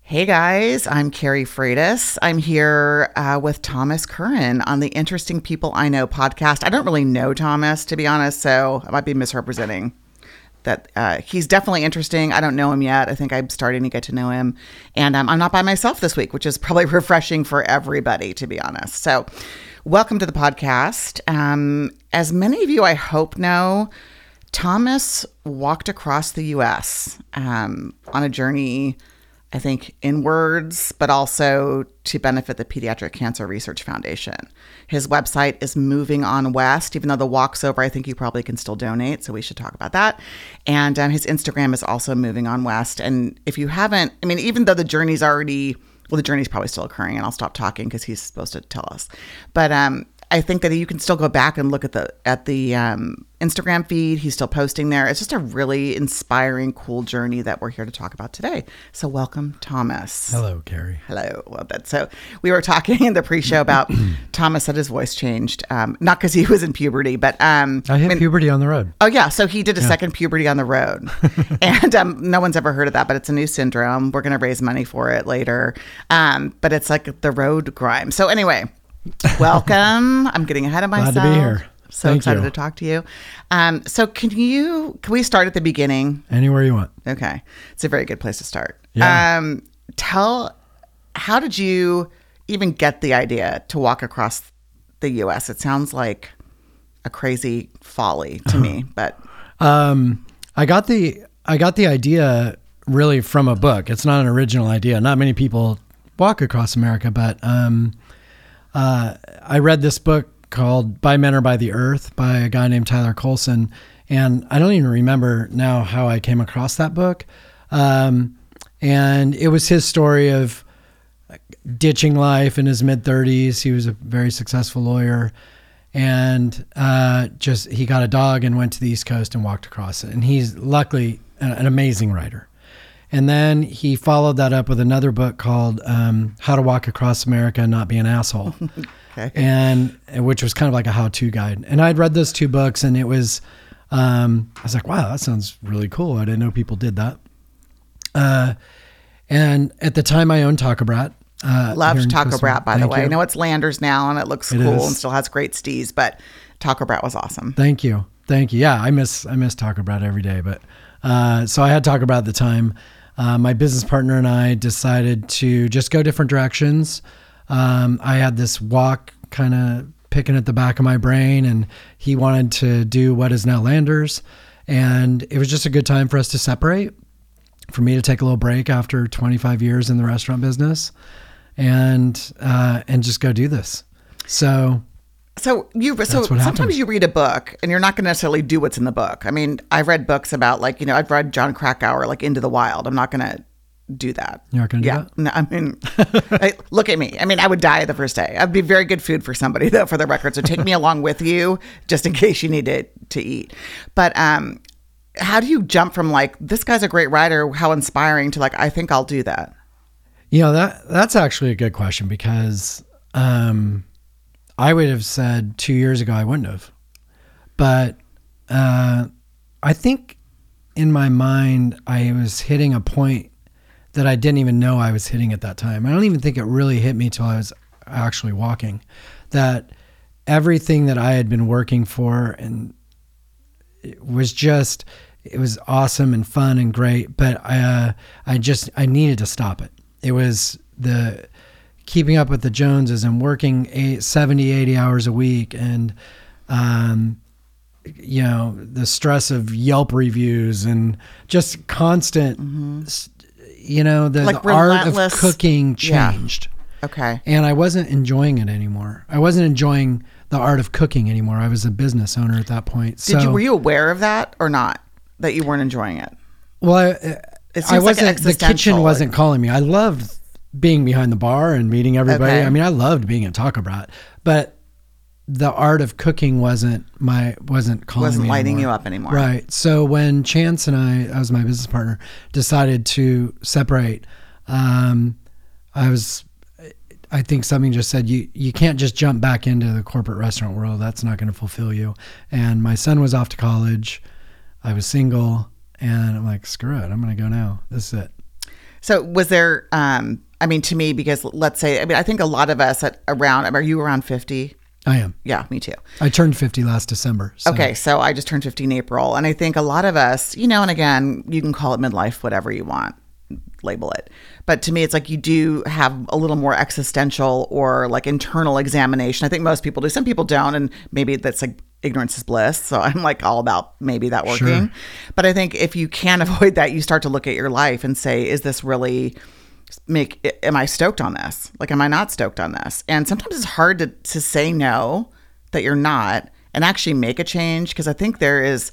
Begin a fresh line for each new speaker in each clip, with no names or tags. Hey guys, I'm Carrie Freitas. I'm here uh, with Thomas Curran on the Interesting People I Know podcast. I don't really know Thomas, to be honest, so I might be misrepresenting that uh, he's definitely interesting. I don't know him yet. I think I'm starting to get to know him. And um, I'm not by myself this week, which is probably refreshing for everybody, to be honest. So, welcome to the podcast. Um, as many of you, I hope, know, Thomas walked across the US um, on a journey, I think, in words, but also to benefit the Pediatric Cancer Research Foundation. His website is Moving On West. Even though the walk's over, I think you probably can still donate. So we should talk about that. And um, his Instagram is also Moving On West. And if you haven't, I mean, even though the journey's already, well, the journey's probably still occurring, and I'll stop talking because he's supposed to tell us. But um, I think that you can still go back and look at the at the um, Instagram feed. He's still posting there. It's just a really inspiring, cool journey that we're here to talk about today. So welcome, Thomas.
Hello, Carrie.
Hello. Well, that so we were talking in the pre-show about Thomas had his voice changed, um, not because he was in puberty, but um,
I hit puberty on the road.
Oh yeah, so he did a second puberty on the road, and um, no one's ever heard of that, but it's a new syndrome. We're going to raise money for it later, um, but it's like the road grime. So anyway, welcome. I'm getting ahead of
Glad to
myself.
be here.
So
Thank
excited
you.
to talk to you. Um, so can you? Can we start at the beginning?
Anywhere you want.
Okay. It's a very good place to start.
Yeah.
Um, tell, how did you even get the idea to walk across the US? It sounds like a crazy folly to me, but
Um, I got the I got the idea really from a book. It's not an original idea. Not many people walk across America, but um, uh, I read this book called "By Men or by the Earth" by a guy named Tyler Colson, and I don't even remember now how I came across that book. Um, and it was his story of ditching life in his mid 30s. He was a very successful lawyer, and uh, just he got a dog and went to the East Coast and walked across it. And he's luckily an, an amazing writer. And then he followed that up with another book called um, "How to Walk Across America and Not Be an Asshole," and uh, which was kind of like a how-to guide. And I'd read those two books, and it was, um, I was like, "Wow, that sounds really cool." I didn't know people did that. Uh, and at the time, I owned Taco Brat. Uh, here in
loved Taco
Costa
Brat, by the
Thank
way.
you.
I know it's Landers now and it looks
It
cool
is.
and still has great stees, but Taco Brat was awesome.
Thank you. Thank you. Yeah, I miss I miss Taco Brat every day. But uh, so I had Taco Brat at the time. Uh, my business partner and I decided to just go different directions. Um, I had this walk kind of picking at the back of my brain, and he wanted to do what is now Landers, and it was just a good time for us to separate for me to take a little break after 25 years in the restaurant business and uh, and just go do this so
So you so
That's what
sometimes
happens.
you read a book and you're not going to necessarily do what's in the book. I mean, I've read books about like you know I've read John Krakauer like Into the Wild. I'm not going to do that.
You're not gonna do
yeah.
that?
No, I mean, I- look at me. I mean, I would die the first day. I'd be very good food for somebody though, for the record. So take me along with you just in case you need to to eat. But um, how do you jump from like this guy's a great writer, how inspiring, to like I think I'll do that?
You know that that's actually a good question because um, I would have said two years ago I wouldn't have, but uh, I think in my mind I was hitting a point that I didn't even know I was hitting at that time. I don't even think it really hit me till I was actually walking. That everything that I had been working for and it was just it was awesome and fun and great but i uh, i just i needed to stop it it was the keeping up with the joneses and working eight, 70 80 hours a week and um you know the stress of yelp reviews and just constant s- you know the,
Mm-hmm. Like
the art of
relentless-
cooking
Yeah.
changed
Okay.
and i wasn't enjoying it anymore i wasn't enjoying the art of cooking anymore i was a business owner at that point
Did you
So-
were you aware of that or not? That you weren't enjoying it?
Well, I,
It seems
I
like
wasn't. the
existential,
kitchen
like-
wasn't calling me. I loved being behind the bar and meeting everybody.
Okay.
I mean, I loved being at Taco Brat, but the art of cooking wasn't my wasn't calling
Wasn't
me
lighting
anymore.
you up anymore.
Right. So when Chance and I, I was my business partner, decided to separate, um, I was, I think something just said you you can't just jump back into the corporate restaurant world. That's not going to fulfill you. And my son was off to college, I was single, and I'm like, screw it, I'm going to go now. This is it.
So was there? Um, I mean, to me, because let's say, I mean, I think a lot of us at around. Are you around fifty?
I am.
Yeah, me too.
I turned 50 last December. So.
Okay, so I just turned 50 in April. And I think a lot of us, you know, and again, you can call it midlife, whatever you want, label it. But to me, it's like you do have a little more existential or like internal examination. I think most people do. Some people don't. And maybe that's like ignorance is bliss. So I'm like all about maybe that working.
Sure.
But I think if you can avoid that, you start to look at your life and say, is this really make am I stoked on this? Like am I not stoked on this? And sometimes it's hard to to say no that you're not and actually make a change because I think there is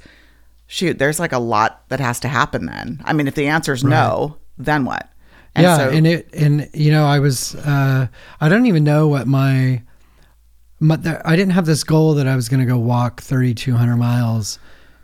shoot, there's like a lot that has to happen then. I mean, if the answer is no, then what? And
yeah,
so
and it and you know I was uh, I don't even know what my, my the, I didn't have this goal that I was going to go walk 3,200 miles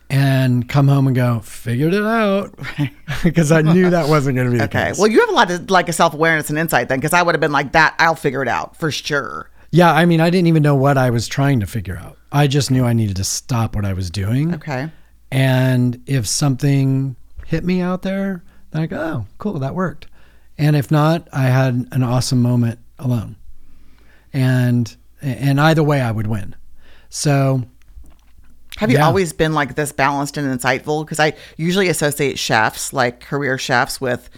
and come home and go figured it out because I knew that wasn't going to be the
okay.
case.
Well, you have a lot of like a self-awareness and insight then because I would have been like that, I'll figure it out for sure.
yeah, I mean I didn't even know what I was trying to figure out. I just knew I needed to stop what I was doing.
Okay.
And if something hit me out there, then I go, oh, cool, that worked. And if not, I had an awesome moment alone. And and either way, I would win. So
Have you
Yeah.
always been like this balanced and insightful? Because I usually associate chefs, like career chefs, with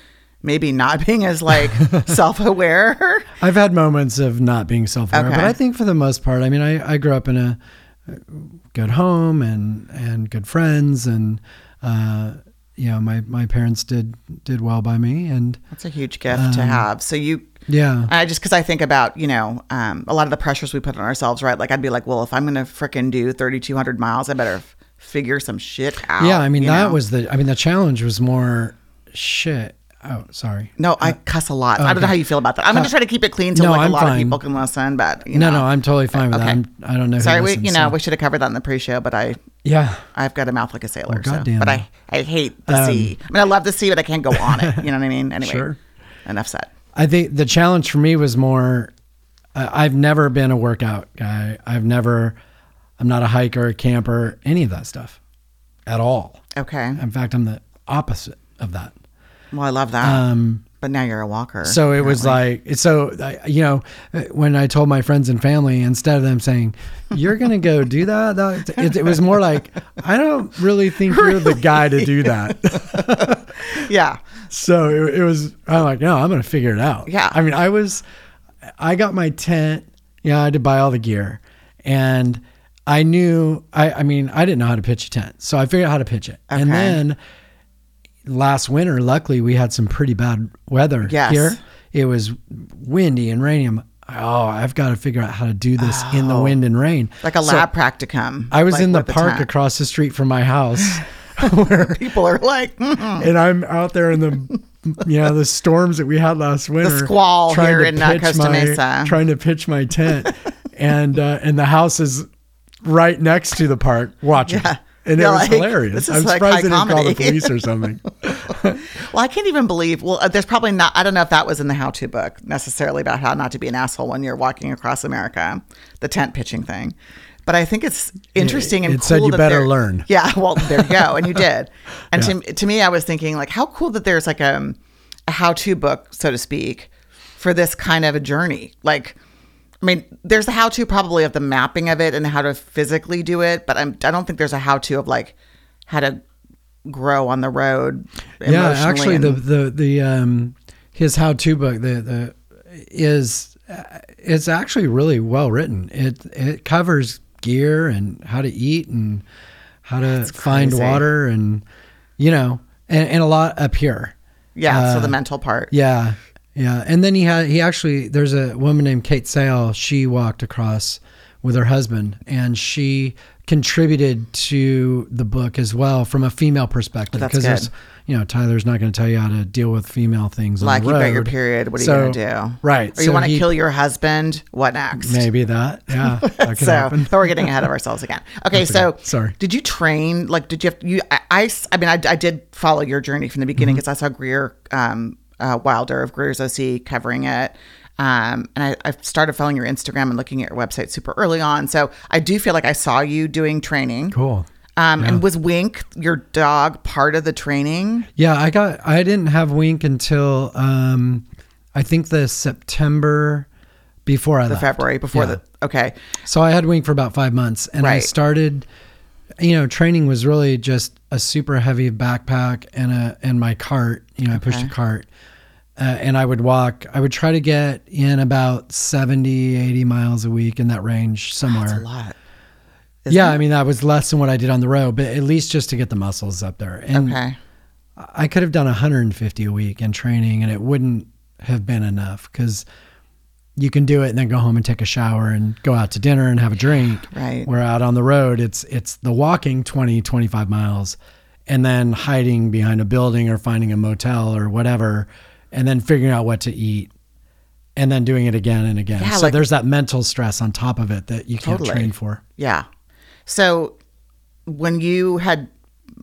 maybe not being as like self-aware.
I've had moments of not being self-aware,
Okay.
but I think for the most part, I mean, I, I grew up in a uh, good home and and good friends, and uh, you know, my my parents did did well by me, and
That's a huge gift to
Um,
have. So you,
yeah,
I Uh, just because I think about you know um, a lot of the pressures we put on ourselves, right? Like I'd be like, well, if I'm gonna frickin' do 3,200 miles, I better f- figure some shit out.
Yeah, I mean
you
that
know?
was the I mean the challenge was more shit. Oh, sorry.
No, I cuss a lot. I don't know how you feel about that. I'm gonna try to keep it clean so
Uh, No,
like
I'm
a lot of
fine.
people can listen, but you
No,
know.
no, I'm totally fine with that. I'm, I don't know. who
Sorry, we,
listens,
you know,
so-
we should have covered that in the pre-show, but I
Yeah,
I've got a mouth like a sailor. so.
Oh, goddamn. Um,
But I, I hate the sea. I mean, I love the sea, but I can't go on it. You know what I mean? Anyway,
Sure.
enough said.
I think the challenge for me was more. I I've never been a workout guy. I've never. I'm not a hiker, a camper, any of that stuff, at all.
Okay.
In fact, I'm the opposite of that.
Well, I love that.
Um,
but now you're a walker.
So it was like, so I, you know, when I told my friends and family, instead of them saying, "You're gonna go do that," that it, it was more like, "I don't really think you're the guy to do that."
yeah.
so it, it was, I'm like, "No, I'm gonna figure it out."
Yeah.
I mean, I was, I got my tent. Yeah, I had to buy all the gear, and I knew, I, I mean, I didn't know how to pitch a tent, so I figured out how to pitch it, and
Okay.
then last winter, luckily we had some pretty bad weather
Yes.
here. It was windy and rainy. I'm like, oh, I've got to figure out how to do this in the wind and rain.
Oh. Like a
So
lab practicum.
I was
like,
in the
with
park
tent.
across the street from my house, where,
People are like, mm
and I'm out there in the. You know the storms that we had last winter,
squall here in, uh, Costa
my,
Mesa.
trying to pitch my tent, and uh, and the house is right next to the park watching,
Yeah.
and it
You're
was
like,
hilarious.
this is
I'm
like
surprised they
high
didn't call the
comedy.
police or something.
well, I can't even believe. Well, uh, there's probably not. I don't know if that was in the how-to book necessarily about how not to be an asshole when you're walking across America, the tent pitching thing. But I think it's interesting and
it
cool
said you
that
better
there-
learn.
Yeah, well, there you go, and you did. And
Yeah.
to to me, I was thinking like, how cool that there's like um, a how-to book, so to speak, for this kind of a journey. Like, I mean, there's a how-to probably of the mapping of it and how to physically do it, but I'm, I don't think there's a how-to of like how to grow on the road.
yeah
emotionally
actually
and-
the the the um his how to book the the is uh, it's actually really well written it it covers gear and how to eat and how to find
crazy.
water and you know and, and a lot up here
Yeah, so
Uh,
the mental part.
yeah yeah and then he had he actually there's a woman named kate sale she walked across with her husband and she contributed to the book as well from a female perspective
That's good.
there's you know tyler's not going to tell you how to deal with female things
Like
on
you
the road.
got your period. What are you gonna do?
right
Or you
so
want to
he-
kill your husband? What next?
maybe that yeah that could
So,
happen
but we're getting ahead of ourselves again. Okay,
That's okay.
so
Sorry.
Did you train? Like, did you have you? I, I, s- I mean, I, I did follow your journey from the beginning
Mm-hmm.
because I saw Greer um, uh, Wilder of Greer's OC covering it, um, and I, I started following your Instagram and looking at your website super early on. So I do feel like I saw you doing training.
cool
Um, And was Wink your dog part of the training?
Yeah, I got I didn't have Wink until um I think the September before I
The
left.
February before
Yeah.
the okay.
So I had Wink for about 5 months and I
Right.
started you know, training was really just a super heavy backpack and a and my cart, you know, I pushed a cart. Uh, and I would walk. I would try to get in about 70, 80 miles a week in that range somewhere.
That's a lot.
yeah, I mean that was less than what I did on the road, but at least just to get the muscles up there. And
Okay.
I could have done 150 a week in training and it wouldn't have been enough because you can do it and then go home and take a shower and go out to dinner and have a drink.
Right.
We're out on the road. It's it's the walking 20, 25 miles and then hiding behind a building or finding a motel or whatever and then figuring out what to eat and then doing it again and again.
Yeah,
so
like-
there's that mental stress on top of it that you can't
Totally.
train for.
Yeah. So when you had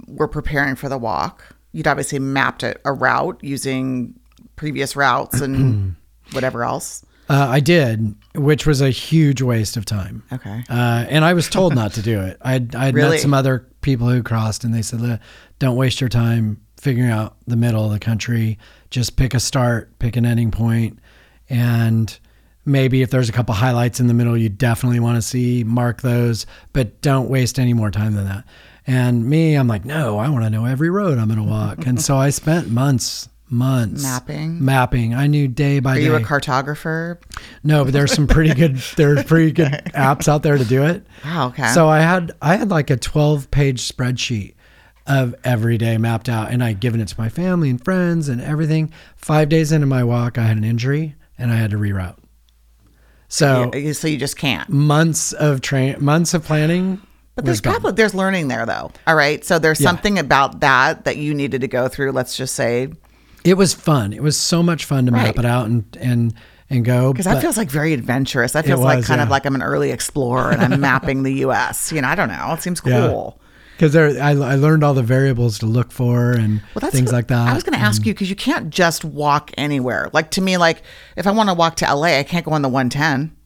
were preparing for the walk, you'd obviously mapped a, a route using previous routes and whatever else.
Uh, I did, which was a huge waste of time.
Okay.
Uh, and I was told not to do it. I'd, I'd
Really?
met some other people who crossed and they said, "Look, don't waste your time figuring out the middle of the country. Just pick a start, pick an ending point, And maybe if there's a couple highlights in the middle you definitely want to see, mark those, but don't waste any more time than that. And me, I'm like, no, I want to know every road I'm going to walk. and so I spent months, months
Mapping?
mapping. I knew day by
Are
day.
you a cartographer?
No, but there's some pretty good there's pretty good apps out there to do it.
Wow, okay.
So I had I had like a 12 page spreadsheet of every day mapped out, and I'd given it to my family and friends and everything. Five days into my walk, I had an injury and I had to reroute. So
You- so you just can't.
months of train months of planning.
But
was
there's
gone.
probably there's learning there though. All right. So there's something about that that you needed to go through. Let's just say
it was fun. It was so much fun to map
Right.
it out and and and go.
because that
but-
feels like very adventurous. That feels like
was,
kind of
yeah.
like I'm an early explorer and I'm mapping the U.S. You know, I don't know. It seems
Yeah.
cool.
Because there, I, I learned all the variables to look for and things
what-
like that. Mm-hmm.
I was going to ask you because you can't just walk anywhere. Like to me, like if I want to walk to LA, I can't go on the 110.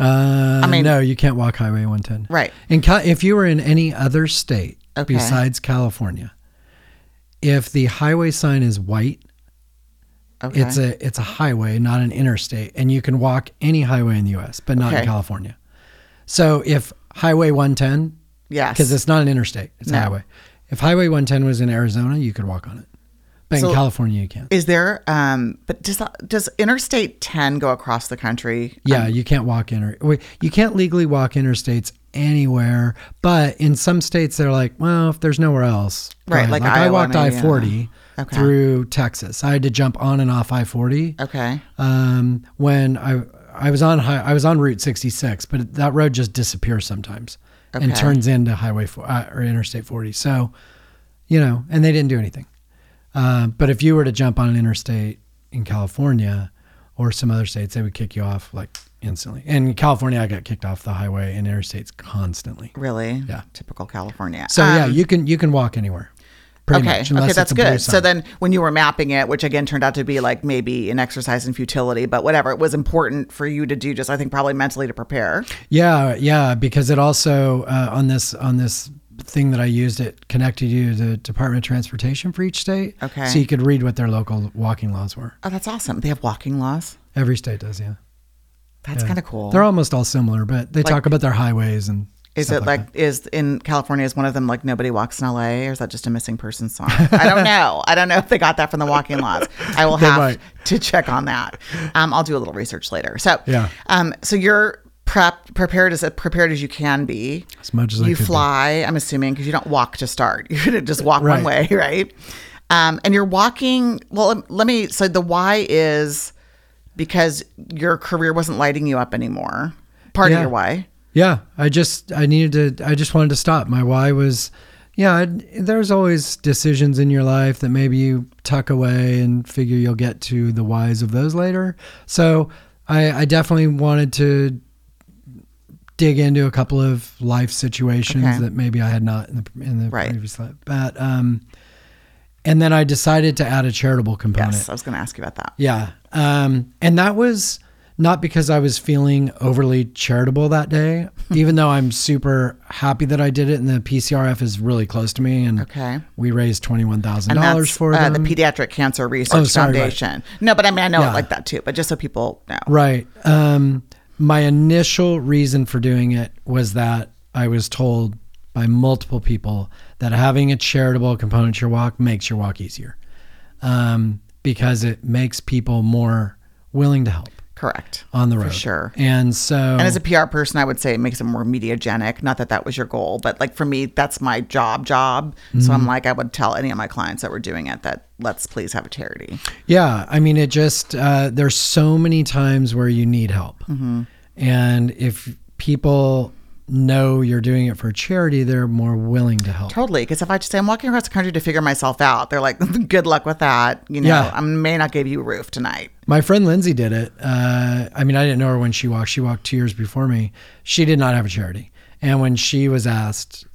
Uh, I
mean-
mean, no, you can't walk Highway 110.
Right.
And Cal- if you were in any other state
Okay.
besides California, if the highway sign is white,
Okay.
it's a it's a highway, not an interstate, and you can walk any highway in the U.S., but not
Okay.
in California. So if Highway 110,
yes.
because it's not an interstate, it's
No.
a highway. If Highway 110 was in Arizona, you could walk on it, but
So-
in California, you can't.
Is there? Um. But does does Interstate 10 go across the country?
Yeah, you can't walk inter. wait, You can't legally walk interstates anywhere, but in some states they're like, well, if there's nowhere else, go
Right,
ahead.
like
I
Iowa,
walked
maybe,
I forty
yeah. Okay.
through Texas. I had to jump on and off I forty.
Okay.
Um, when I I was on high, I was on Route sixty six, but that road just disappears sometimes and
Okay.
turns into Highway four, uh, or Interstate forty. So, you know, and they didn't do anything. Uh, but if you were to jump on an interstate in California or some other states, they would kick you off like instantly. In California, I got kicked off the highway and interstates constantly.
Really?
Yeah.
Typical California.
So yeah,
Um,
you can you can walk anywhere, pretty
okay.
much.
Okay,
unless
that's
it's a blue
good. So
sign.
then, when you were mapping it, which again turned out to be like maybe an exercise in futility, but whatever, it was important for you to do. Just I think probably mentally to prepare.
Yeah, yeah, because it also uh, on this on this thing that I used it connected you to the Department of Transportation for each state.
Okay.
So you could read what their local walking laws were.
Oh, that's awesome. They have walking laws.
Every state does, yeah.
That's kind of cool.
They're almost all similar, but they talk about their highways and
Is
stuff
it like, is in California is one of them like nobody walks in LA or is that just a missing person song? I don't know. I don't know if they got that from the walking laws. I will
They
have
might.
to check on that. Um, I'll do a little research later. So
Yeah.
um so you're prep prepared as prepared as you can be.
As much as I
you
could be.
fly, I'm assuming, because you don't walk to start. You're gonna just walk one way,
Right.
right? Um, and you're walking well um, let me so the why is because your career wasn't lighting you up anymore. Part of
Yeah.
your why.
Yeah, I just I needed to I just wanted to stop. My why was yeah, I'd, there's always decisions in your life that maybe you tuck away and figure you'll get to the whys of those later. So I, I definitely wanted to dig into a couple of life situations
Okay.
that maybe I had not in the in the
Right.
previous life. But um, and then I decided to add a charitable component.
Yes, I was going to ask you about that.
Yeah. Um, and that was not because I was feeling overly charitable that day, even though I'm super happy that I did it. And the PCRF is really close to me. And
Okay.
we raised
And
$21,000
that's
for
uh,
them.
the Pediatric Cancer Research
Oh, sorry, right.
Foundation. No, but I mean, I know
Yeah.
it like that too, but just so people know.
Right. Um, my initial reason for doing it was that I was told by multiple people that having a charitable component to your walk makes your walk easier um, because it makes people more willing to help
Correct.
on the road.
sure.
And so,
And as a PR person, I would say it makes it more mediagenic. Not that that was your goal, but like for me, that's my job job. So
Mm-hmm.
I'm like, I would tell any of my clients that were doing it that let's please have a charity.
yeah, I mean, it just, uh, there's so many times where you need help.
Mm-hmm.
And if people know you're doing it for charity, they're more willing to help.
Totally. Because if I just say I'm walking across the country to figure myself out, they're like, good luck with that. You know,
Yeah.
I may not give you a roof tonight.
My friend Lindsay did it. Uh, I mean, I didn't know her when she walked. She walked two years before me. She did not have a charity, and when she was asked,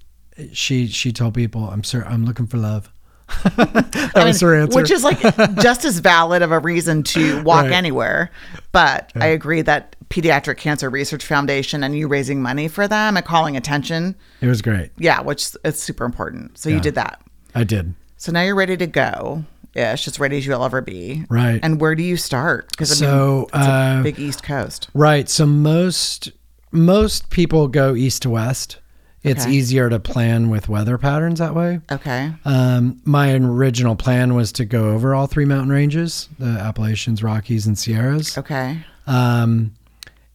she she told people, "I'm sir, I'm looking for love." that
I
was
mean,
her answer.
Which is like just as valid of a reason to walk
Right.
anywhere. But I agree that Pediatric Cancer Research Foundation and you raising money for them and calling attention.
it was great.
Yeah, which it's super important. So you did that.
I did.
So now you're ready to go ish, as ready as you'll ever be.
Right.
And where do you start? Because I mean,
So
it's a
uh,
big East Coast.
Right. So most most people go east to west. It's
Okay.
easier to plan with weather patterns that way.
Okay.
Um, my original plan was to go over all three mountain ranges: the Appalachians, Rockies, and Sierras.
Okay.
Um,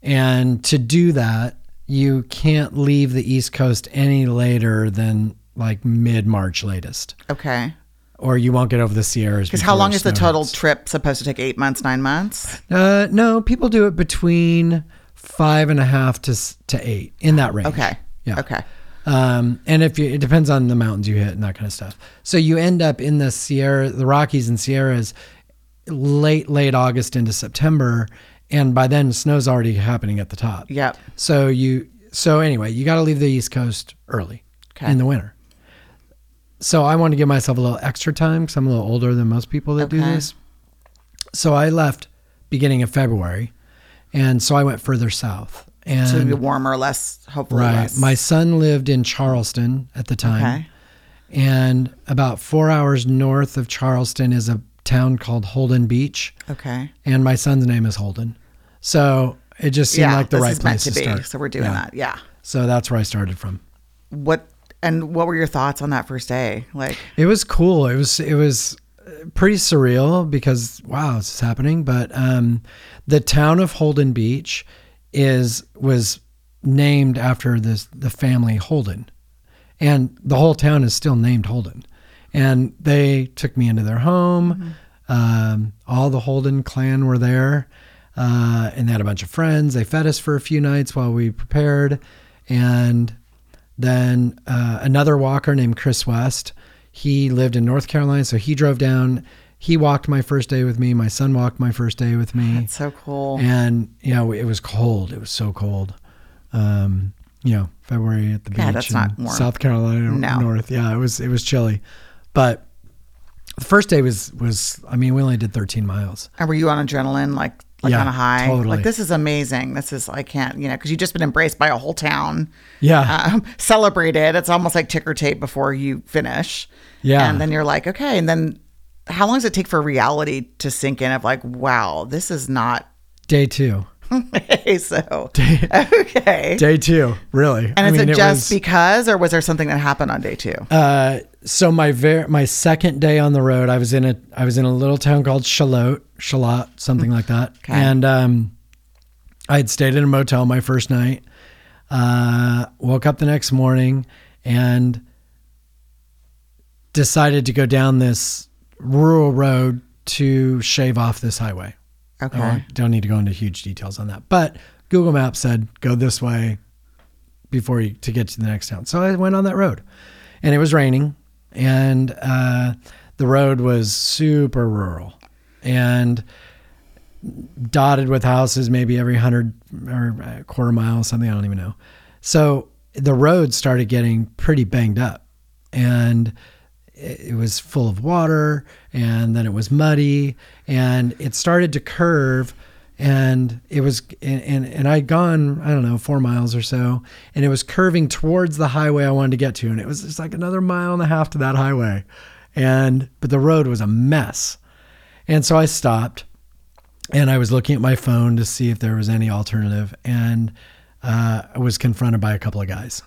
and to do that, you can't leave the East Coast any later than like mid March latest,
Okay.
or you won't get over the Sierras.
Because how
before
long is the
snow
total
hits.
trip supposed to take? Eight months, nine months?
Uh, no, people do it between five and a half to s- to eight in that range.
Okay.
Yeah.
Okay.
Um, and if you, it depends on the mountains you hit and that kind of stuff. So you end up in the Sierra, the Rockies and Sierras, late late August into September, and by then snow's already happening at the top.
Yep.
So you so anyway, you got to leave the East Coast early
Okay.
in the winter. So I want to give myself a little extra time because I'm a little older than most people that do
Okay.
this. So I left beginning of February, and so I went further south. And
So it'll be warmer, less, hopefully
Right.
less.
My son lived in Charleston at the time.
Okay.
And about four hours north of Charleston is a town called Holden Beach.
okay.
And my son's name is Holden. So it just seemed
Yeah.
like the
this
right
is
place
meant to, be.
start.
So we're doing
Yeah.
that. Yeah.
So that's where I started from.
What and what were your thoughts on that first day? Like
It was cool. It was it was uh, pretty surreal because wow, this is happening. But um, the town of Holden Beach is was named after this the family Holden, and the whole town is still named Holden. And they took me into their home. Um, all the Holden clan were there, uh, and they had a bunch of friends. They fed us for a few nights while we prepared, and then uh, another walker named Chris West. He lived in North Carolina, so he drove down. He walked my first day with me. My son walked my first day with me.
it's so cool.
And you know, it was cold. It was so cold. Um, you know, February at the
Yeah,
beach
that's
in
not warm.
South Carolina
No.
North. Yeah, it was it was chilly. But the first day was was I mean, we only did 13 miles.
And were you on adrenaline, like like
Yeah,
on a high?
totally.
Like this is amazing. This is I can't, you know, because you've just been embraced by a whole town,
Yeah.
um, celebrated. It's almost like ticker tape before you finish.
Yeah.
and then you're like, okay, and then how long does it take for reality to sink in? Of like, wow, this is not
Day 2.
okay. So okay,
Day 2, really.
and is it
was-
just because, or was there something that happened on day two?
Uh, so my ver- my second day on the road, I was in a I was in a little town called Shalot, Shalot, something like that. And um, I had stayed in a motel my first night. Uh, woke up the next morning and decided to go down this rural road to shave off this highway.
Okay,
I won't- don't need to go into huge details on that. But Google Maps said go this way before you to get to the next town. So I went on that road, and it was raining, and uh, the road was super rural, and dotted with houses, maybe every hundred or uh, quarter mile, something I don't even know. So the road started getting pretty banged up, and it it was full of water, and then it was muddy, and it started to curve, and it was and, and and I'd gone I don't know four miles or so, and it was curving towards the highway I wanted to get to, and it was just like another mile and a half to that highway, and but the road was a mess, and so I stopped, and I was looking at my phone to see if there was any alternative, and uh, I was confronted by a couple of guys,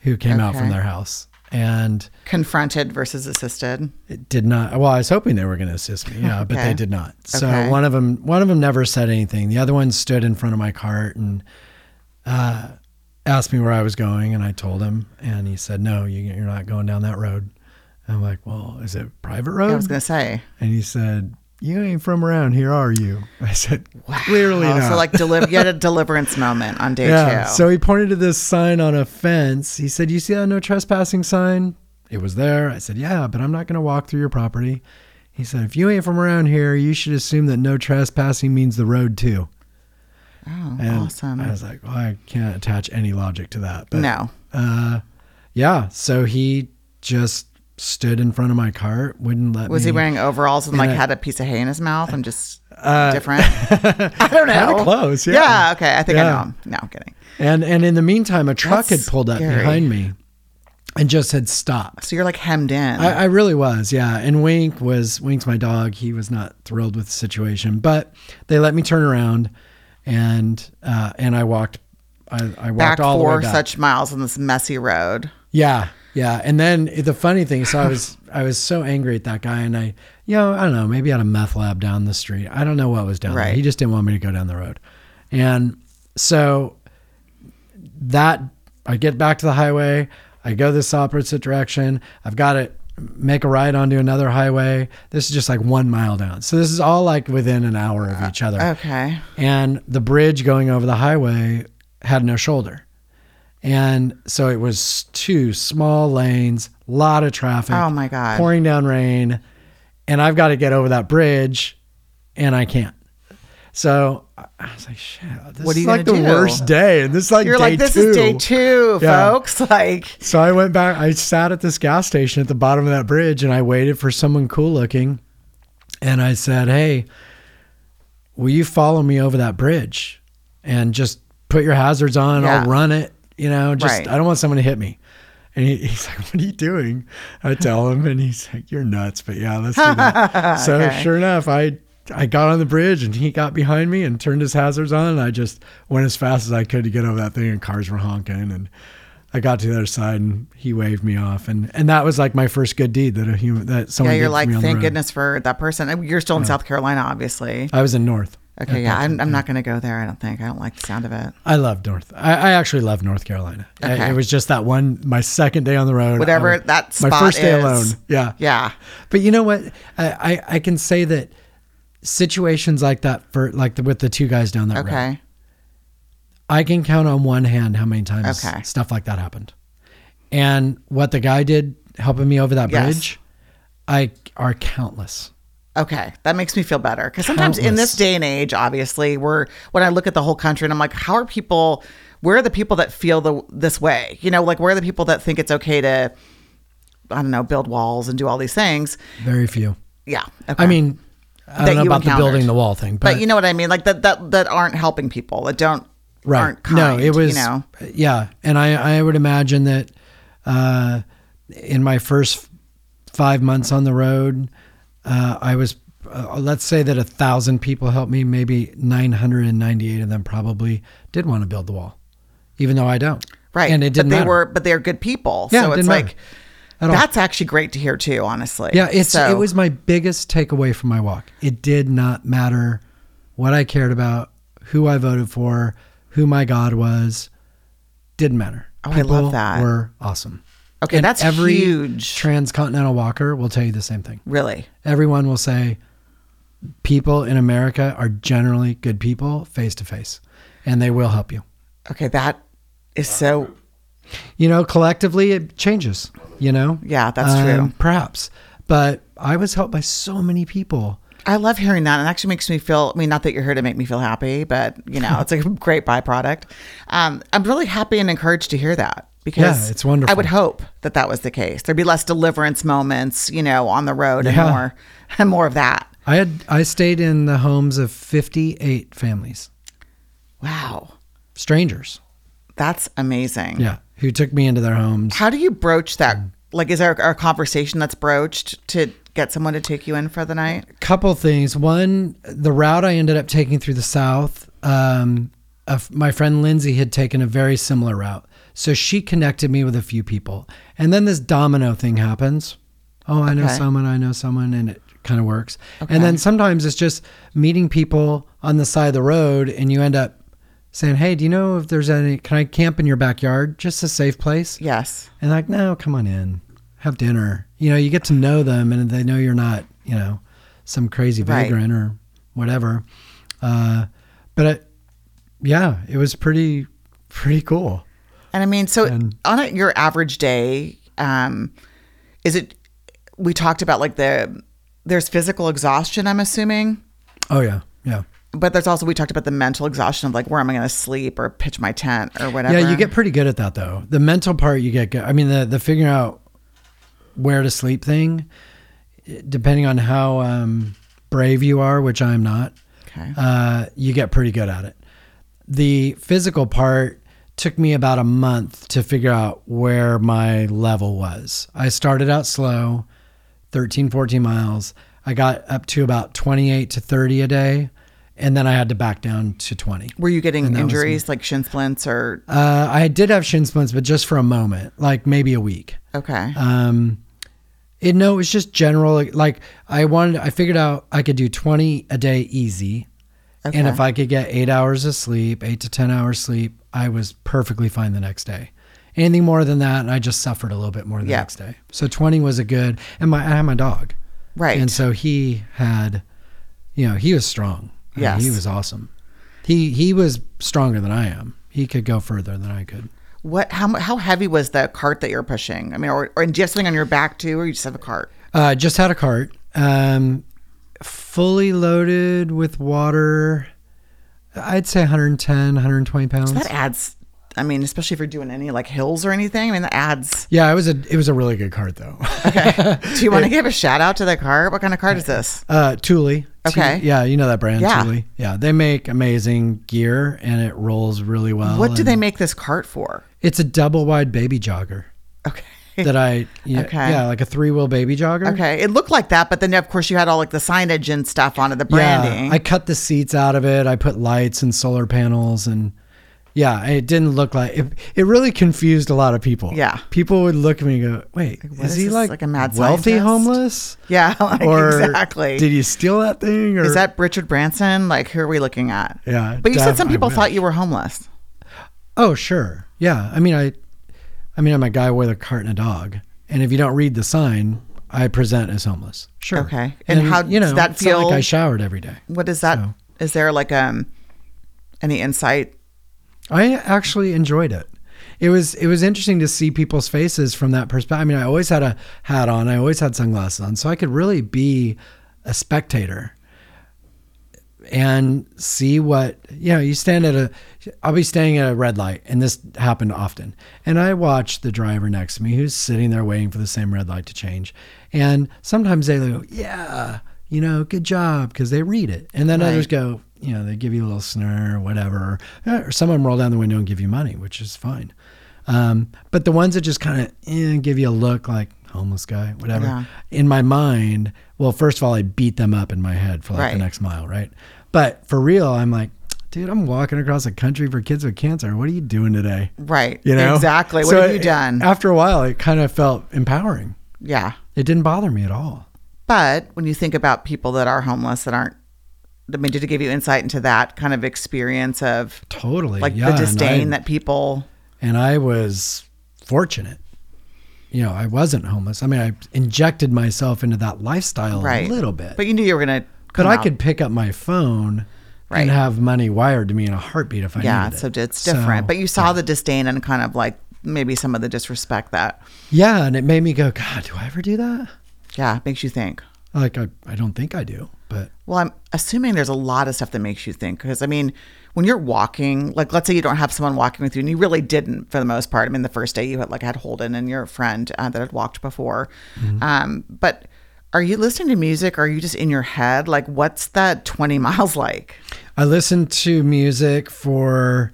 who came out from
Okay.
their house, and
Confronted versus assisted.
it did not. Well, I was hoping they were going to assist me, yeah, but
Okay.
they did not. So
Okay.
one of them, one of them never said anything. The other one stood in front of my cart and uh, asked me where I was going, and I told him, and he said, "No, you, you're not going down that road." I'm like, "Well, is it private road?"
I was going to say.
and he said, "You ain't from around here, are you?" I said, "Clearly
Oh,
not."
so like deliver you had a deliverance moment on day
yeah.
two.
So he pointed to this sign on a fence. He said, You see that no trespassing sign? It was there. I said, Yeah, but I'm not going to walk through your property. He said, If you ain't from around here, you should assume that no trespassing means the road too.
oh,
And
awesome.
I was like, Well, I can't attach any logic to that. But
no.
uh, yeah. So he just stood in front of my cart, wouldn't let
Was
me.
he wearing overalls and like
I-
had a piece of hay in his mouth and just
Uh,
different? I don't know.
Kinda close, yeah.
Okay. I think
Yeah.
I know him. No, I'm kidding.
And and in the meantime, a truck
That's
had pulled up
scary.
behind me, and just had stopped.
So you're like hemmed in.
I, I really was, yeah. And Wink was Wink's my dog. He was not thrilled with the situation, but they let me turn around, and uh, and I walked, I, I walked
back
all the
four
way back.
such miles on this messy road.
yeah, yeah. And then the funny thing, so I was I was so angry at that guy, and I, you know, I don't know, maybe I had a meth lab down the street. I don't know what was down there.
Right.
He just didn't want me to go down the road, and so that I get back to the highway. I go this opposite direction. I've got to make a ride onto another highway. This is just like one mile down. So this is all like within an hour of each other.
Uh, Okay.
And the bridge going over the highway had no shoulder. And so it was two small lanes, lot of traffic.
Oh my God.
Pouring down rain. And I've got to get over that bridge and I can't. So I I was like, shit, this
What are
is
you
like the
gonna do?
worst day. And this is like
You're
day
like, this
two.
is day two,
Yeah.
folks. Like,
So I went back. I sat at this gas station at the bottom of that bridge, and I waited for someone cool looking. And I said, "Hey, will you follow me over that bridge and just put your hazards on?
Yeah.
I'll run it. You know, just
Right.
I don't want someone to hit me." And he, he's like, "What are you doing?" I tell him, and he's like, "You're nuts." But yeah, let's do that. so
Okay.
sure enough, I. I got on the bridge and he got behind me and turned his hazards on and I just went as fast as I could to get over that thing and cars were honking and I got to the other side and he waved me off and and that was like my first good deed that a human
yeah,
that someone
you're
did for
like,
me on the
thank
road.
goodness for that person. And You're still in South Carolina, obviously.
I was in North.
Okay. Yeah. I'm, I'm not going to go there. I don't think. I don't like the sound of it.
I love North. I, I actually love North Carolina. I-
Okay.
it was just that one, my second day on the road.
Whatever
I was-
that
My
spot
first day
is.
alone. Yeah.
Yeah.
But you know what? I, I, I can say that situations like that for like the, with the two guys down that road,
Okay.
I can count on one hand how many times
Okay.
stuff like that happened. And what the guy did helping me over that
Yes.
bridge, I are countless.
Okay, that makes me feel better because sometimes in
Countless.
this day and age, obviously, we're when I look at the whole country and I'm like, how are people? Where are the people that feel the this way? You know, like where are the people that think it's okay to, I don't know, build walls and do all these things?
Very few.
Yeah,
I mean, I
That
don't know
you
about the
encountered.
building the wall thing, but,
but you know what I mean, like that that that aren't helping people that don't
right?
aren't kind.
no, it was
you know
yeah, and I I would imagine that uh, in my first five months on the road, uh, I was uh, let's say that a thousand people helped me, maybe nine hundred and ninety eight of them probably did want to build the wall, even though I don't.
right,
and it didn't.
But they
matter.
were, but they're good people.
Yeah, it
so it's
didn't matter
like
at all.
that's actually great to hear too. Honestly,
Yeah, it's
So-
it was my biggest takeaway from my walk. It did not matter what I cared about, who I voted for, who my god was. Didn't matter.
Oh, I love that.
Were awesome.
okay.
And
That's
every
huge,
transcontinental walker will tell you the same thing.
really.
Everyone will say people in America are generally good people face to face, and they will help you.
Okay, that is so.
You know, collectively it changes. You know, Um,
Yeah, that's true.
Perhaps, but I was helped by so many people.
I love hearing that. It actually makes me feel. I mean, not that you're here to make me feel happy, but you know, it's a great byproduct. Um, I'm really happy and encouraged to hear that because
Yeah, it's wonderful.
I would hope that that was the case. There'd be less deliverance moments, you know, on the road and
Yeah.
more and more of that.
I had I stayed in the homes of 58 families,
Wow.
strangers.
That's amazing.
Yeah, Mm. who took me into their homes.
How do you broach that? Like, is there a conversation that's broached to get someone to take you in for the night?
Couple things. One, the route I ended up taking through the south. Um, a f- my friend Lindsay had taken a very similar route, so she connected me with a few people, and then this domino thing happens. Oh, I know
Okay.
someone. I know someone, and it kind of works. And then sometimes it's just meeting people on the side of the road, and you end up saying, "Hey, do you know if there's any? Can I camp in your backyard? Just a safe place."
Yes.
And like, no, come on in, have dinner. You know, you get to know them, and they know you're not, you know, some crazy
Right.
vagrant or whatever. Uh, but it, yeah, it was pretty, pretty cool.
And I mean, so
And-
on a, your average day, um, is it? We talked about like the there's physical exhaustion. I'm assuming,
Oh yeah, yeah,
but there's also we talked about the mental exhaustion of like where am I going to sleep or pitch my tent or whatever.
yeah. You get pretty good at that though. The mental part, you get good. I mean, the the figuring out where to sleep thing, depending on how um, brave you are, which I'm not.
okay.
uh, you get pretty good at it. The physical part took me about a month to figure out where my level was. I started out slow, 13, 14 miles. I got up to about 28 to 30 a day, and then I had to back down to 20.
Were you getting
that was me.
injuries like shin splints or
Uh, I did have shin splints, but just for a moment, like maybe a week.
okay?
Um, it no, it was just general. Like I wanted, I figured out I could do twenty a day easy, and
Okay.
if I could get eight hours of sleep, eight to ten hours sleep, I was perfectly fine the next day. Anything more than that, and I just suffered a little bit more the
Yeah.
next day. So twenty was a good. And my I had my dog,
Right.
And so he had, you know, he was strong. I mean,
Yes.
he was awesome. He he was stronger than I am. He could go further than I could.
what? How mu- how heavy was the cart that you're pushing? I mean, or, or and do you have something on your back too, or you just have a cart?
Uh, just had a cart, um, fully loaded with water. I'd say 110, 120 pounds.
That adds. I mean, especially if you're doing any like hills or anything. I mean, that adds.
yeah, it was a it was a really good cart though.
Do you want to give a shout out to the cart? What kind of cart is this?
uh, Thule.
Okay.
T- yeah, you know that brand.
Yeah.
Thule. Yeah, they make amazing gear and it rolls really well.
What do
and
they make this cart for?
It's a double wide baby jogger
Okay.
that I. Yeah,
Okay.
Yeah, like a three wheel baby jogger.
Okay. It looked like that, but then of course you had all like the signage and stuff on it, the branding.
Yeah, I cut the seats out of it. I put lights and solar panels and yeah, it didn't look like it. It really confused a lot of people.
Yeah.
people would look at me and go, "Wait,
what
is,
is
he
this,
like,
like a mad
wealthy
scientist?"
homeless?
yeah, like,
or
exactly.
Did you steal that thing? Or
Is that Richard Branson? Like, who are we looking at?
Yeah,
But you said
def-
some
I
people
wish.
thought you were homeless.
Oh, sure. Yeah. I mean, I, I mean, I'm a guy with a cart and a dog, and if you don't read the sign, I present as homeless. Sure.
Okay. And how
you
does
know,
that
it's not
feel-
Like I showered every day.
What is that? Is
So-
there like um any insight?
I actually enjoyed it. It was it was interesting to see people's faces from that perspective. I mean, I always had a hat on, I always had sunglasses on, so I could really be a spectator and see what you know. You stand at a, I'll be standing at a red light, and this happened often. And I watch the driver next to me who's sitting there waiting for the same red light to change. And sometimes they go, "Yeah, you know, good job," because they read it, and then others
Right.
go, you know, they give you a little snare or whatever, or, or some of them roll down the window and give you money, which is fine. Um, but the ones that just kind of eh, give you a look like homeless guy, whatever.
Yeah.
In my mind, well, first of all, I beat them up in my head for like
Right.
the next mile, right? But for real, I'm like, dude, I'm walking across the country for kids with cancer. What are you doing today?
Right.
You know
Exactly. What
So
have you
it-
done?
After a while, it kind of felt empowering.
yeah.
It didn't bother me at all.
But when you think about people that are homeless that aren't, I mean, did it give you insight into that kind of experience of
Totally,
like
yeah, and
the
I-
disdain that people?
and I was fortunate. You know, I wasn't homeless. I mean, I injected myself into that lifestyle
Right.
a little bit,
But you knew you were gonna.
but
come
I
out.
could pick up my phone
Right.
and have money wired to me in a heartbeat if I
Yeah,
needed
so
it.
it's different.
So-
but you saw the disdain and kind of like maybe some of the disrespect that,
yeah, and it made me go, God, do I ever do that?
yeah, it makes you think.
Like, I, I don't think I do, but
Well, I'm assuming there's a lot of stuff that makes you think because I mean, when you're walking, like let's say you don't have someone walking with you, and you really didn't for the most part. I
Mm-hmm.
mean, the first day you had like had Holden and your friend uh, that had walked before, um, but Are you listening to music? Or are you just in your head? Like, what's that 20 miles like?
I listened to music for,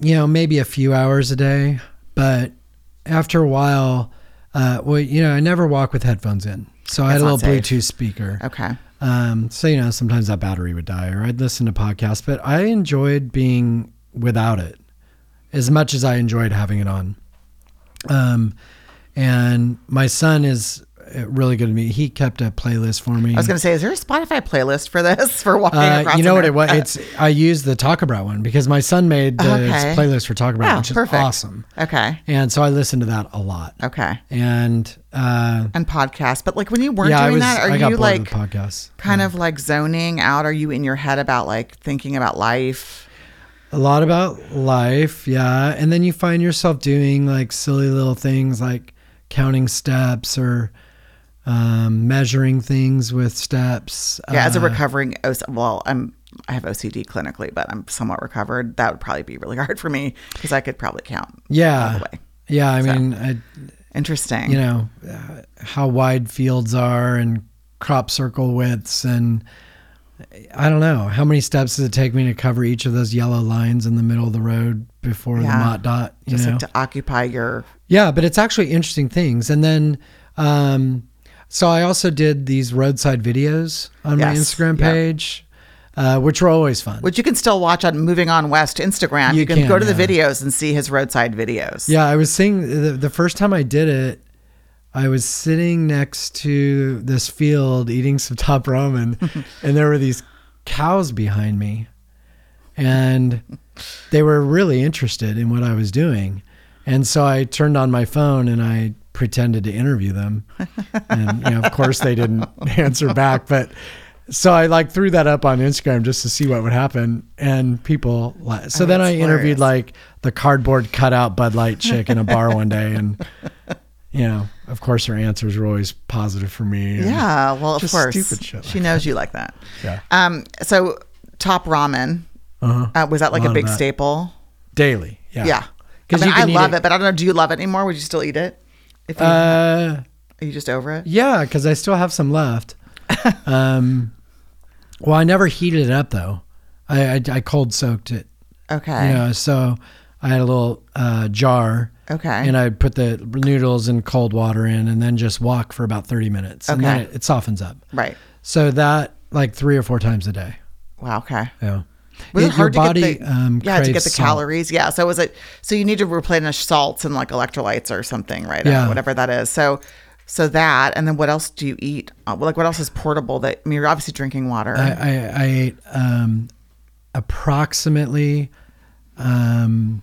you know, maybe a few hours a day, but after a while, uh, well, you know, I never walk with headphones in, so I had
That's
a
not
little
safe.
Bluetooth speaker.
Okay.
Um, so you know, sometimes that battery would die, or I'd listen to podcasts, but I enjoyed being without it as much as I enjoyed having it on. Um, and my son is uh, really good to me. He kept a playlist for me.
I was going to say, is there a Spotify playlist for this for walking
Hmm. Uh,
across?
you know what it was?
America?
It's I used the Talk About one because my son made the
Okay.
playlist for Talk About,
Oh,
which is
perfect.
awesome,
Okay.
and so I listened to that a lot.
Okay.
And uh,
And podcasts. But like when you weren't
yeah, I
doing
was
that, are
I got
you
bored
like
with podcasts.
kind of like zoning out? Are you in your head about like thinking about life?
A lot about life, yeah, and then you find yourself doing like silly little things like counting steps or um, measuring things with steps.
Yeah, as a
Uh,
recovering O well, I'm I have OCD clinically, but I'm somewhat recovered. That would probably be really hard for me because I could probably count. all
yeah,
the way.
yeah. I mean, I,
Interesting.
you know uh, how wide fields are and crop circle widths and i don't know how many steps does it take me to cover each of those yellow lines in the middle of the road before the
Yeah.
mot dot you
just
know
like to occupy your
yeah but it's actually interesting things and then um so i also did these roadside videos on my
Yes,
instagram
yeah.
page uh, which were always fun
which you can still watch on Moving On West Instagram. You,
You
can,
can,
go to the
yeah.
videos and see his roadside videos.
Yeah, I was sitting the, the first time I did it. I was sitting next to this field eating some top ramen, and there were these cows behind me, and they were really interested in what I was doing, and so I turned on my phone and I pretended to interview them, and you know, of course they didn't answer back, but. So I like threw that up on Instagram just to see what would happen, and people. la- So
Oh,
then I
that's
interviewed
hilarious.
like like the cardboard cutout Bud Light chick in a bar one day, and you know, of course, her answers were always positive for me. and-
Yeah, well, of
Just
course.
stupid shit
she
like
knows you like that.
Yeah.
Um. So, top ramen.
Uh-huh.
Uh, was that like
Lot
a
of
big
that.
staple?
daily. Yeah,
Yeah.
Because
I, mean, I
you can
love
eat
it, but I don't know. Do you love it anymore? Would you still eat it? If you,
Uh,
are you just over it?
yeah, because I still have some left. um, well, I never heated it up though. I I, I cold soaked it.
Okay.
You know, so I had a little uh, jar.
Okay.
And I'd put the noodles and cold water in, and then just walk for about thirty minutes, and then
Okay.
it, it softens up.
Right.
So that like three or four times a day.
Wow. Okay.
Yeah.
Was
Yeah,
it hard
your
to
body
get the
um,
yeah to get
craves
the
salt.
calories? Yeah. So was it? So you need to replenish salts and like electrolytes or something, right? Or
Yeah.
Whatever that is. So. So that, and then what else do you eat? Uh, Like, what else is portable? That I mean, you're obviously drinking water.
I, I, I ate um, approximately um,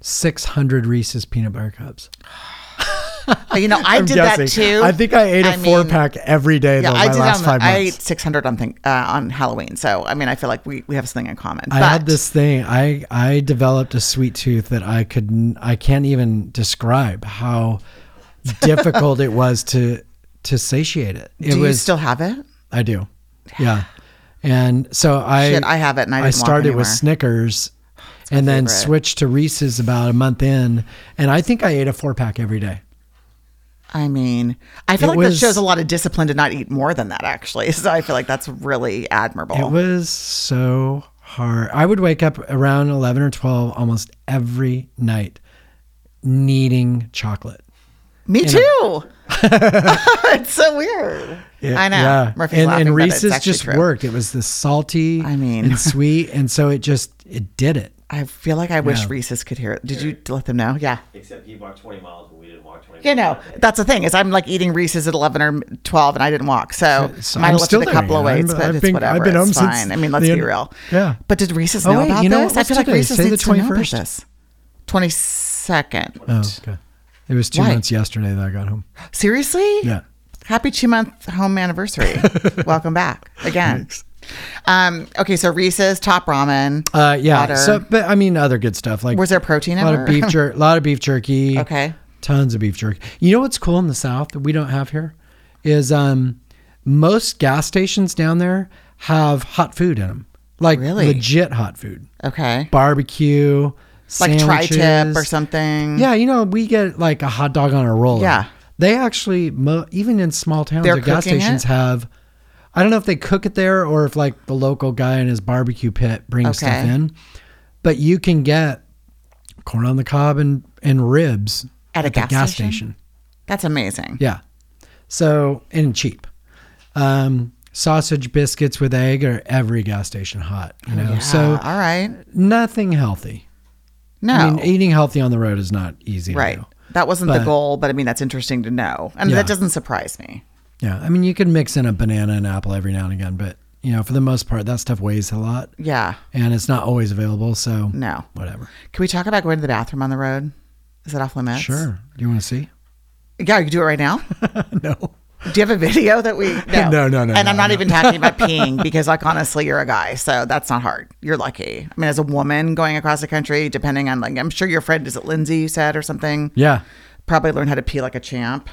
600 Reese's peanut butter cups.
Uh, you know, I
I'm
did
guessing.
that too.
I think I ate a
I mean,
four pack every day though, my
did
last
on,
five
I ate
months.
600 on thing uh, on Halloween. So I mean, I feel like we, we have something in common.
I had this thing. I I developed a sweet tooth that I could n- I can't even describe how difficult it was to to satiate it. It
Do you
was
still have it?
I do. Yeah. And so I
Shit, I have it and I didn't walk
started
anywhere.
with Snickers and then
favorite.
switched to Reese's about a month in and I think I ate a four pack every day.
I mean, I feel
It
like that
was-
shows a lot of discipline to not eat more than that. Actually, so I feel like that's really admirable.
It was so hard. I would wake up around 11 or 12 almost every night needing chocolate.
Me too. it's so weird. I know. Murphy's
and,
laughing,
and
but it's
Reese's
actually
just
true.
worked. It was this salty
I mean-
and sweet and so it just it did it.
I feel like I wish
Yeah.
Reese's could hear it. Did you let them know? Yeah.
Except he walked 20 miles, but we didn't walk 20
You
miles.
know, that's the thing is I'm like eating Reese's at 11 or 12 and I didn't walk. So,
So
might
I'm
have
still
lifted a
there,
couple of
yeah.
weights,
I'm-
but
I've
it's
been-
whatever.
I've been home
it's
since
fine. I mean, let's
the
be
end-
real.
Yeah.
But did Reese's
Oh,
know
wait,
about
you know
this?
what?
I
What's
feel like
today?
Reese's
Say the
needs to know about
21st.
this. 22nd.
Oh, okay. It was 2
Why?
months yesterday that I got home.
Seriously?
Yeah.
Happy two month home anniversary. Welcome back again. Um, okay, so Reese's, top ramen.
Uh, yeah.
Butter.
So, but I mean, other good stuff like
Was there protein
a
in
lot
her?
of beef jerky, a lot of beef jerky.
Okay.
Tons of beef jerky. You know what's cool in the South that we don't have here is um, most gas stations down there have hot food in them, like
Really?
legit hot food,
Okay.
barbecue,
like tri tip
sandwiches.
or something.
Yeah, you know, we get like a hot dog on a roller.
Mm-hmm. Yeah.
They actually, mo- even in small towns
They're
or gas
cooking
stations,
it?
have. I don't know if they cook it there or if like the local guy in his barbecue pit brings stuff
Okay.
in, but you can get corn on the cob and and ribs
At a
the
gas station? That's amazing.
Yeah, so and cheap. Um, sausage biscuits with egg are every gas station hot. You know,
Oh, Yeah,
so
all right.
nothing healthy.
No.
I mean, eating healthy on the road is not easy.
right.
To do.
That wasn't
But-
the goal, but I mean, that's interesting to know. And
Yeah.
that doesn't surprise me.
Yeah, I mean, you can mix in a banana and apple every now and again, but you know, for the most part, that stuff weighs a lot,
Yeah.
and it's not always available. So
No.
whatever.
Can we talk about going to the bathroom on the road? Is that off limits?
Sure. Do you want to see?
Yeah, you can do it right now.
no.
Do you have a video that we? No,
No, no, no,
And
no,
I'm not even talking about peeing because, like, honestly, you're a guy, so that's not hard. You're lucky. I mean, as a woman going across the country, depending on like, I'm sure your friend is it Lindsay you said or something.
Yeah.
Probably learned how to pee like a champ.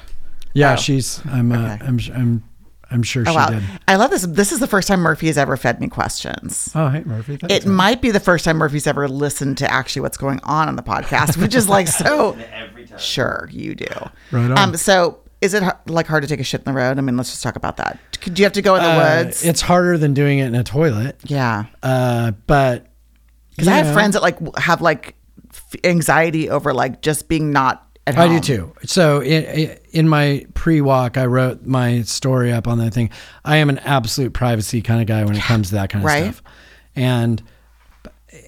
Yeah.
Oh.
She's. I'm. Uh,
Okay.
I'm. I'm. I'm sure
Oh
she
wow,
did.
I love this. This is the first time Murphy has ever fed me questions.
Oh, hey, Murphy. thanks.
It might be the first time Murphy's ever listened to actually what's going on on the podcast, which is like so.
Every time.
Sure, you do.
Right on.
Um, so is it har- like hard to take a shit in the road? I mean, let's just talk about that. Do you have to go in the
Uh,
woods?
It's harder than doing it in a toilet.
yeah.
Uh, but
Because I
you
have
know,
friends that like w- have like f- anxiety over like just being not at
I
home.
do too. So in, in my pre-walk, I wrote my story up on the thing. I am an absolute privacy kind of guy when it comes to that kind of
Right.
stuff, and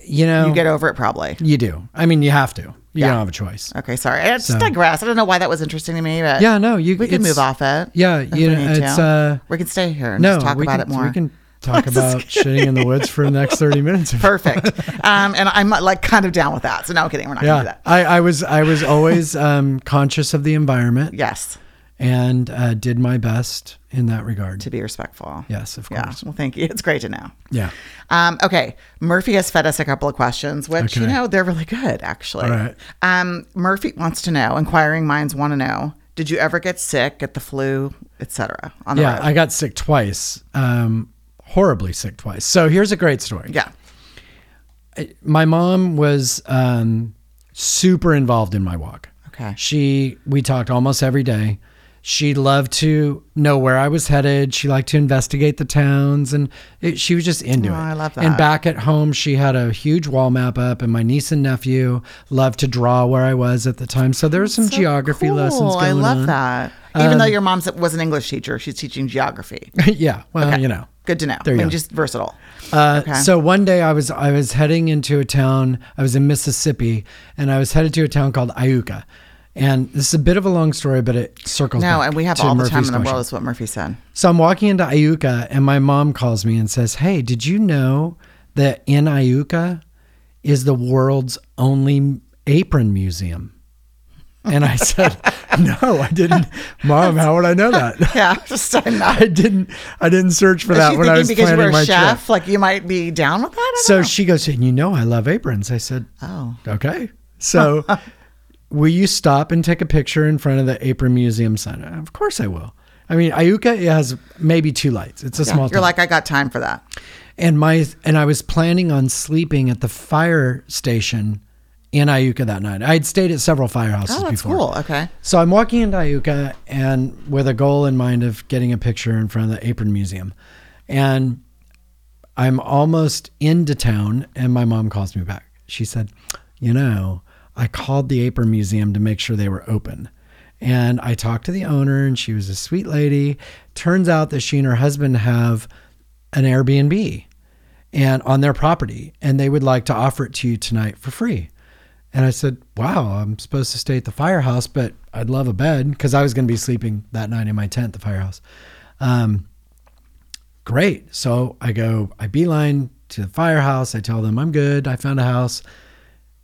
you know,
You get over it probably.
You do. I mean, you have to. You
Yeah.
don't have a choice.
Okay, sorry. I just
So-
digress. I don't know why that was interesting to me, but
Yeah, no, you.
we can
it's-
move off it.
Yeah,
if
you
we
know,
need to.
it's, uh,
we can stay here and
No,
just talk
we
about
can,
it more.
We can talk about shitting in the woods for the next thirty minutes. if-
Perfect. um, and I'm like kind of down with that. So no, I'm kidding. We're not gonna do
Yeah,
that.
I, I was I was always um, conscious of the environment
Yes,
and uh, did my best in that regard.
to be respectful.
Yes, of
Yeah.
course.
Well, thank you. It's great to know.
Yeah.
Um, okay, Murphy has fed us a couple of questions, which you
Okay.
know they're really good, actually.
All right.
Um, Murphy wants to know. Inquiring minds want to know: Did you ever get sick, get the flu, etc. On the
Yeah,
road?
I got sick twice. Um, horribly sick twice. So here's a great story.
yeah.
my mom was um, super involved in my walk.
Okay.
She we talked almost every day. She loved to know where I was headed. She liked to investigate the towns, and it, she was just into
Oh,
it.
I love
And
that.
back at home, she had a huge wall map up, and my niece and nephew loved to draw where I was at the time. So there were some
So
geography
cool.
lessons going
I love
on. Um,
that. Even though your mom was an English teacher, she's teaching geography.
yeah, well, you know.
Good to know.
There you
I mean,
go.
just versatile.
Uh,
Okay.
So one day I was I was heading into a town. I was in Mississippi, and I was headed to a town called Iuka. And this is a bit of a long story, but it circles.
No,
back
and we have
to
all the time
Murphy's
in the
question.
world. Is what Murphy said.
So I'm walking into Iuka, and my mom calls me and says, "Hey, did you know that in Iuka is the world's only apron museum?" And I said, "No, I didn't, Mom. How would I know that?
Yeah, just I'm not.
I didn't. I didn't search for
Is
that
she
when I
thinking
was
because you
planning
were
my
a
trip."
chef, like you might be down with that? I don't
So
know.
she goes, and you know, I love aprons. I said,
Oh.
okay. So will you stop and take a picture in front of the apron museum sign? Of course I will. I mean, Iuka it has maybe two lights. It's a
Yeah,
small.
you're
town.
like, I got time for that.
and my and I was planning on sleeping at the fire station in Iuka that night. I had stayed at several firehouses
Oh, that's
before.
cool. Okay.
So I'm walking into Iuka and with a goal in mind of getting a picture in front of the Apron Museum. And I'm almost into town and my mom calls me back. She said, You know, I called the Apron Museum to make sure they were open. And I talked to the owner and she was a sweet lady. Turns out that she and her husband have an Airbnb and on their property and they would like to offer it to you tonight for free. And I said, "Wow, I'm supposed to stay at the firehouse, but I'd love a bed because I was going to be sleeping that night in my tent, at the firehouse." Um, great. So I go, I beeline to the firehouse. I tell them I'm good. I found a house.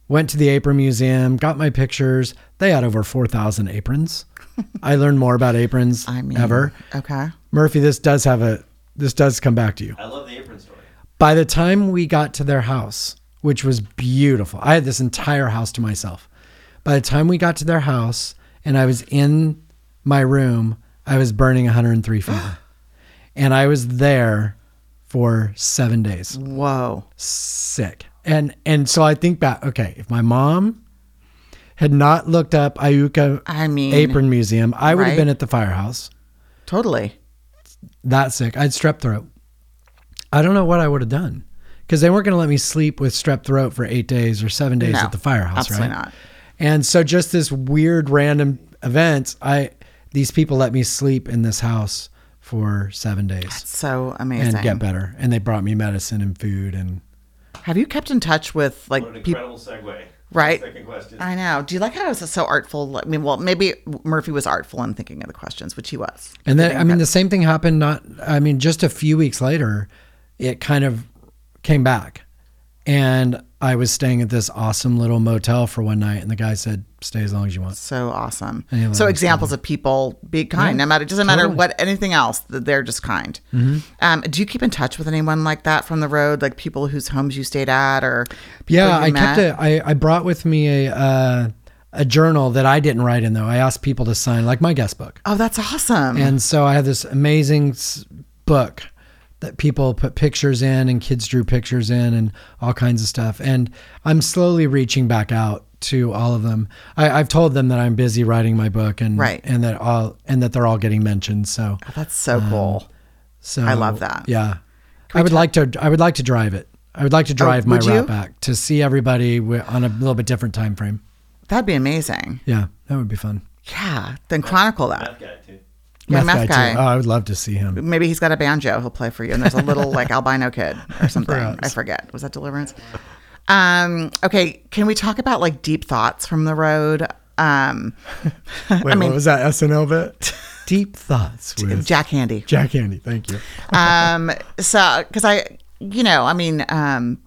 Went to the apron museum, got my pictures. They had over four thousand aprons. I learned more about aprons
I mean,
ever.
Okay.
Murphy, this does have a this does come back to you.
I love the apron story.
By the time we got to their house, which was beautiful, I had this entire house to myself. By the time we got to their house and I was in my room, I was burning 103 fever. and I was there for seven days.
Whoa.
Sick. And and so I think back, okay, if my mom, had not looked up Iuka
I mean,
Apron Museum, I would have
right?
been at the firehouse.
totally.
That sick. I'd strep throat. I don't know what I would have done because they weren't going to let me sleep with strep throat for eight days or seven days
No,
at the firehouse,
absolutely
right?
not.
And so just this weird random event, I these people let me sleep in this house for seven days
So
and
amazing.
get better. And they brought me medicine and food and
Have you kept in touch with
What an
like people?
incredible segue.
Right. Uh,
Second question.
I know. Do you like how I was so artful? I mean, well, maybe Murphy was artful in thinking of the questions, which he was.
And then,
Thinking
I mean,
about-
the same thing happened. Not, I mean, just a few weeks later, it kind of came back, and I was staying at this awesome little motel for one night, and the guy said, "Stay as long as you want."
so awesome.
Yeah, well,
so
that's
examples of people being kind, no matter it doesn't matter
totally. Mm-hmm.
what anything else, th- they're just kind. Um, do you keep in touch with anyone like that from the road, like people whose homes you stayed at, or people
Yeah,
you
I
met?
kept it. I, I brought with me a uh, a journal that I didn't write in though. I asked people to sign, like my guest book,
Oh, that's awesome.
and so I had this amazing s- book that people put pictures in, and kids drew pictures in, and all kinds of stuff. And I'm slowly reaching back out to all of them. I, I've told them that I'm busy writing my book, and
Right.
and that all and that they're all getting mentioned. So
that's so
Um,
cool.
so
I love that.
Yeah, I would like to. I would like to drive it. I would like to drive my
Oh, would
route
you?
back to see everybody wi- on a little bit different time frame.
That'd be amazing.
Yeah, that would be fun.
Yeah. Then chronicle that.
Math guy too.
Yeah, math guy.
Too. Oh, I would love to see him.
Maybe he's got a banjo. He'll play for you. And there's a little like albino kid or something. I forget. Was that Deliverance? Um, okay. Can we talk about like deep thoughts from the road? Um,
Wait, what was that SNL bit? Deep thoughts with
Jack Handy.
Jack Handy. Thank you.
um so because i you know i mean um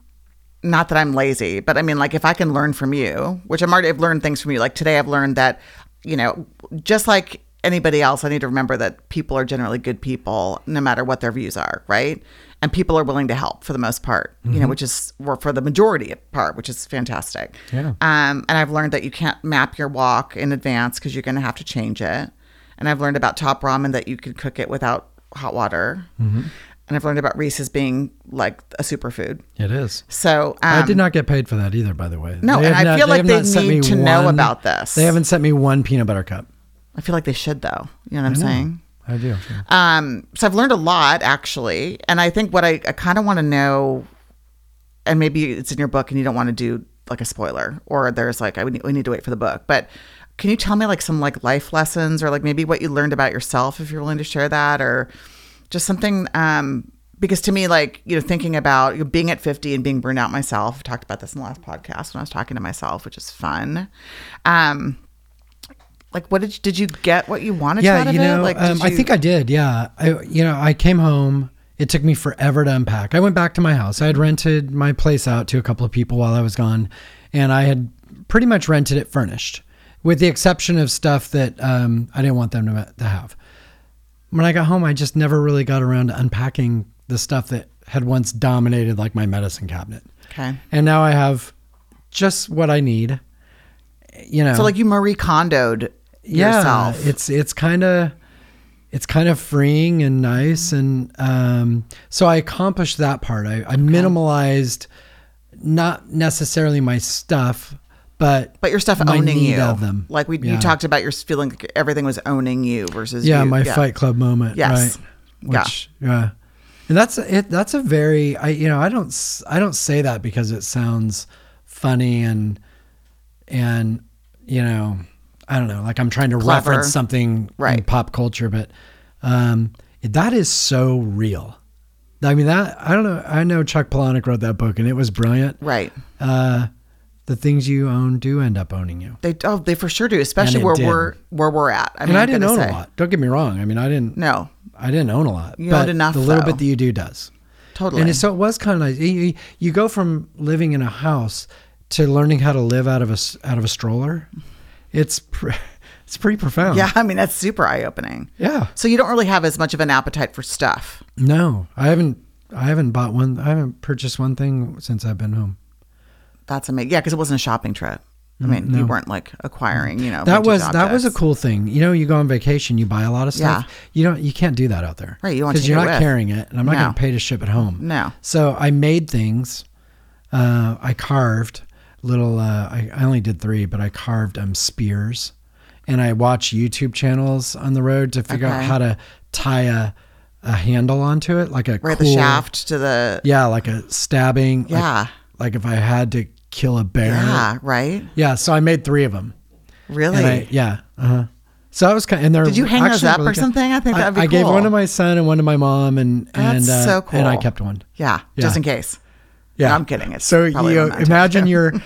not that i'm lazy but i mean like if i can learn from you which i'm already i've learned things from you like today i've learned that you know just like anybody else i need to remember that people are generally good people no matter what their views are right and people are willing to help for the most part you know
Mm-hmm.
which is or for the majority part which is fantastic
Yeah.
um, and I've learned that you can't map your walk in advance because you're going to have to change it. And I've learned about top ramen that you can cook it without hot water.
Mm-hmm.
And I've learned about Reese's being like a superfood.
It is.
So um,
I did not get paid for that either, by the way.
No, and
have
I feel like
have
they
not sent
need
me
to know about this.
They haven't sent me one peanut butter cup.
I feel like they should though. You know what I'm
No,
saying?
I do.
Um, so I've learned a lot actually, and I think what I, I kind of want to know, and maybe it's in your book, and you don't want to do like a spoiler, or there's like I would, we need to wait for the book, but can you tell me like some like life lessons, or like maybe what you learned about yourself, if you're willing to share that, or just something? Um, because to me, like you know, thinking about you know, being at 50 and being burned out myself, I talked about this in the last podcast when I was talking to myself, which is fun. Um, like what did you, did you get what you wanted out
Yeah,
of
you know,
it? Like
um,
did
I
you-
think I did. Yeah, I you know, I came home. It took me forever to unpack. I went back to my house. I had rented my place out to a couple of people while I was gone, and I had pretty much rented it furnished, with the exception of stuff that um, I didn't want them to, to have. When I got home, I just never really got around to unpacking the stuff that had once dominated like my medicine cabinet.
Okay.
And now I have just what I need. You know,
So like you Marie Kondoed yourself.
Oh. it's it's kind of it's kind of freeing and nice, and um, so I accomplished that part. I, I minimalized not necessarily my stuff, but
but your stuff
my
owning
need
you.
of them.
Like we you
Yeah.
talked about your feeling like everything was owning you versus
yeah,
you-
my Fight Club moment,
Yes.
right?
Yeah.
Which, yeah, and that's it. That's a very I you know I don't s- I don't say that because it sounds funny and and you know I don't know like I'm trying to
Clever.
reference something in
Right.
pop culture, but um, that is so real. I mean that I don't know. I know Chuck Palahniuk wrote that book and it was brilliant.
Right.
Uh, the things you own do end up owning you.
They oh they for sure do, especially
it
where
did.
we're where we're at. I mean
and I
I'm
didn't
gonna
own
say.
a lot. Don't get me wrong. I mean, I didn't.
No.
I didn't own a lot.
You
but
owned enough,
The little
though.
bit that you do does.
Totally.
And so it was kind of nice. You, you- you go from living in a house to learning how to live out of a s- out of a stroller. It's pre- it's pretty profound.
yeah, I mean that's super eye opening.
Yeah.
So you don't really have as much of an appetite for stuff.
No, I haven't. I haven't bought one. I haven't purchased one thing since I've been home.
That's amazing. Yeah, because it wasn't a shopping trip. I mean, you weren't like acquiring, you know.
Mm, That
vintage
was that was a
objects.
cool thing. You know, you go on vacation, you buy a lot of stuff.
Yeah.
You don't. You can't do that out there.
Right, you want to
because
take
you're
it
not
with.
carrying it, and I'm not
No.
going to pay to ship it home.
No.
So I made things. Uh, I carved. little. Uh, I, I only did three, but I carved um spears, and I watch YouTube channels on the road to figure out
Okay.
how to tie a a handle onto it, like a
Right,
cool,
the shaft to the
Yeah, like a stabbing. like-
Yeah.
Like, if I had to kill a bear.
yeah, right?
Yeah, So I made three of them.
Really?
And I, yeah. Uh huh. So that was kind. Of, and they're
Did you hang those
actually
up
really
or
good.
something? I think that'd be
I gave
cool.
one to my son and one to my mom, and
That's
and uh,
so cool.
and I kept one.
yeah,
Yeah.
just in case.
Yeah,
No, I'm kidding. It's
so
probably
you
one that I
imagine
took.
you're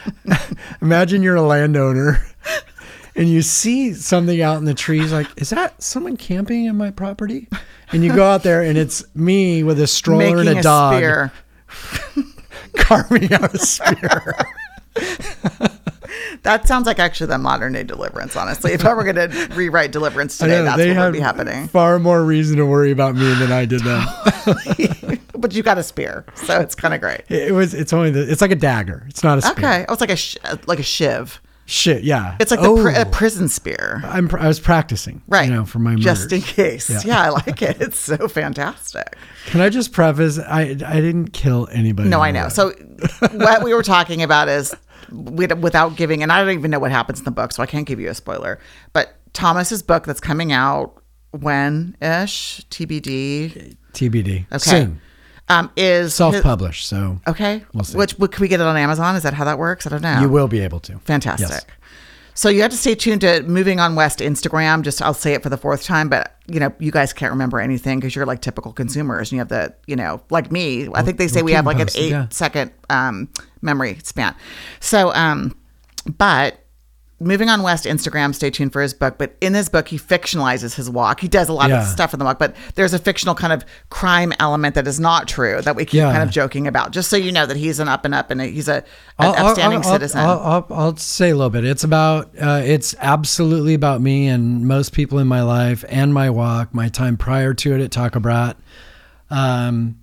imagine you're a landowner, and you see something out in the trees. Like, is that someone camping in my property? And you go out there, and it's me with a stroller
making
and a,
a
dog
spear.
carving out a spear.
That sounds like actually the modern day Deliverance. Honestly, if I were going to rewrite Deliverance
I
today,
know,
that's
they
what
had
would be happening.
Far more reason to worry about me than I did them.
But you got a spear, so it's kind of great.
It was. It's only. The, it's like a dagger. It's not a spear.
Okay, oh, it's like a sh- like a shiv.
Shit. Yeah.
It's like
oh,
the pri- a prison spear,
I'm. pr- I was practicing.
right?
You know, for my
just in
murders.
case.
Yeah.
Yeah. I like it. It's so fantastic.
Can I just preface? I I didn't kill anybody.
No,
on
I
the
know.
road.
So what we were talking about is with- without giving, and I don't even know what happens in the book, so I can't give you a spoiler. But Thomas's book that's coming out when ish TBD.
TBD.
Okay. Oh,
Soon.
Um, is
Self-published. So
Okay.
We'll see.
Which, can we get it on Amazon? Is that how that works? I don't know.
you will be able to.
Fantastic.
Yes.
So you have to stay tuned to Moving On West Instagram. Just I'll say it for the fourth time, but you know you guys can't remember anything because you're like typical consumers and you have the you know like me. I think they say
we'll
we
keep
have
them
like
posted, yeah.
an eight-second um, memory span. So, um, but. Moving on West Instagram, stay tuned for his book. But in this book, he fictionalizes his walk. He does a lot
Yeah.
of stuff in the walk, but there's a fictional kind of crime element that is not true that we keep
Yeah.
kind of joking about. Just so you know that he's an up and up and he's a, an
I'll- I'll-
upstanding
I'll- I'll-
citizen.
I'll, I'll, I'll say a little bit. It's about, uh, it's absolutely about me and most people in my life and my walk, my time prior to it at Taco Brat. Um,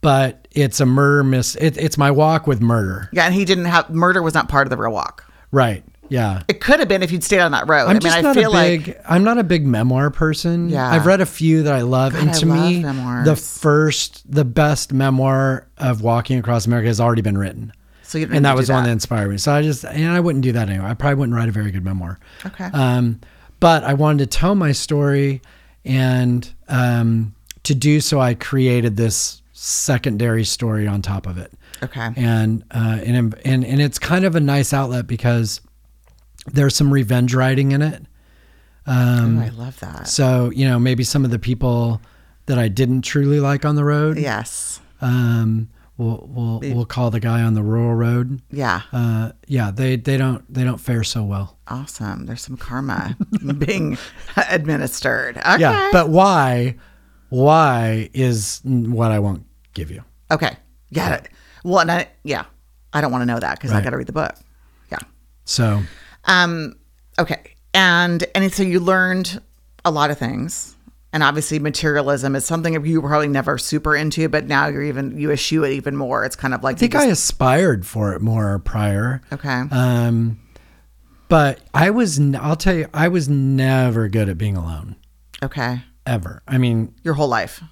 but it's a murder miss. It, it's my walk with murder.
Yeah, and he didn't have murder was not part of the real walk.
Right. Yeah.
It could have been if you'd stayed on that road.
I'm
I mean,
just
I
not
feel
a big.
like
I'm not a big memoir person.
Yeah.
I've read a few that I love, and
I
to
love
me,
memoirs.
the first, the best memoir of walking across America has already been written.
So you don't
and
need
that
to
was
do
the one
that.
that inspired me. So I just and I wouldn't do that anyway. I probably wouldn't write a very good memoir.
Okay.
Um, but I wanted to tell my story, and um, to do so, I created this secondary story on top of it
okay.
and uh, and and and it's kind of a nice outlet because there's some revenge writing in it. Um,
oh, I love that.
so you know maybe some of the people that I didn't truly like on the road.
Yes.
Um, we'll we'll we'll call the guy on the rural road.
Yeah.
Uh, yeah, they they don't they don't fare so well.
Awesome. There's some karma being administered. Okay.
Yeah, but why why is what I won't give you.
okay. Got it. Well, and I, yeah, I don't want to know that because I
Right.
got to read the book. Yeah.
So
Um. Okay. And and so you learned a lot of things. And obviously, materialism is something you were probably never super into, but now you're even you eschew it even more. It's kind of like
I think I aspired for it more prior.
okay.
Um, but I was, n- I'll tell you, I was never good at being alone
okay.
ever. I mean,
Your whole life.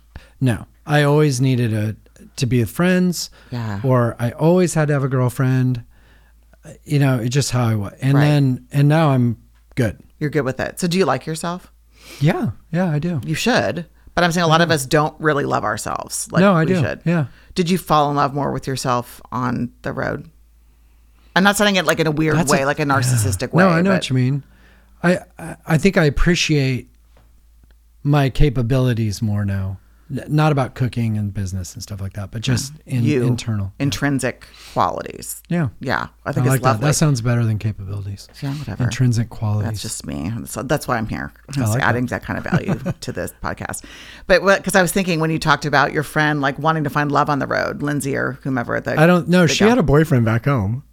no, I always needed a, to be with friends
Yeah.
or I always had to have a girlfriend, Uh, you know, it's just how I was. And
Right.
then, and now I'm good.
You're good with it. So do you like yourself?
Yeah. Yeah, I do.
You should. But I'm saying a lot of us don't really love ourselves. Like
No, I
we
do.
should.
Yeah.
Did you fall in love more with yourself on the road? I'm not saying it like in a weird
That's a-
way, like a narcissistic way.
No, I know
but-
what you mean. I, I, I think I appreciate my capabilities more now. N- Not about cooking and business and stuff like that, but just in,
you
internal.
intrinsic qualities.
Yeah.
Yeah, I
I
think
like
it's lovely.
that. That sounds better than capabilities.
yeah, whatever.
Intrinsic qualities.
That's just me. So that's why I'm here.
I like
adding that. kind of value to this podcast. But because I was thinking when you talked about your friend like wanting to find love on the road, Lindsay or whomever. at The,
I don't know. She
gal.
had a boyfriend back home.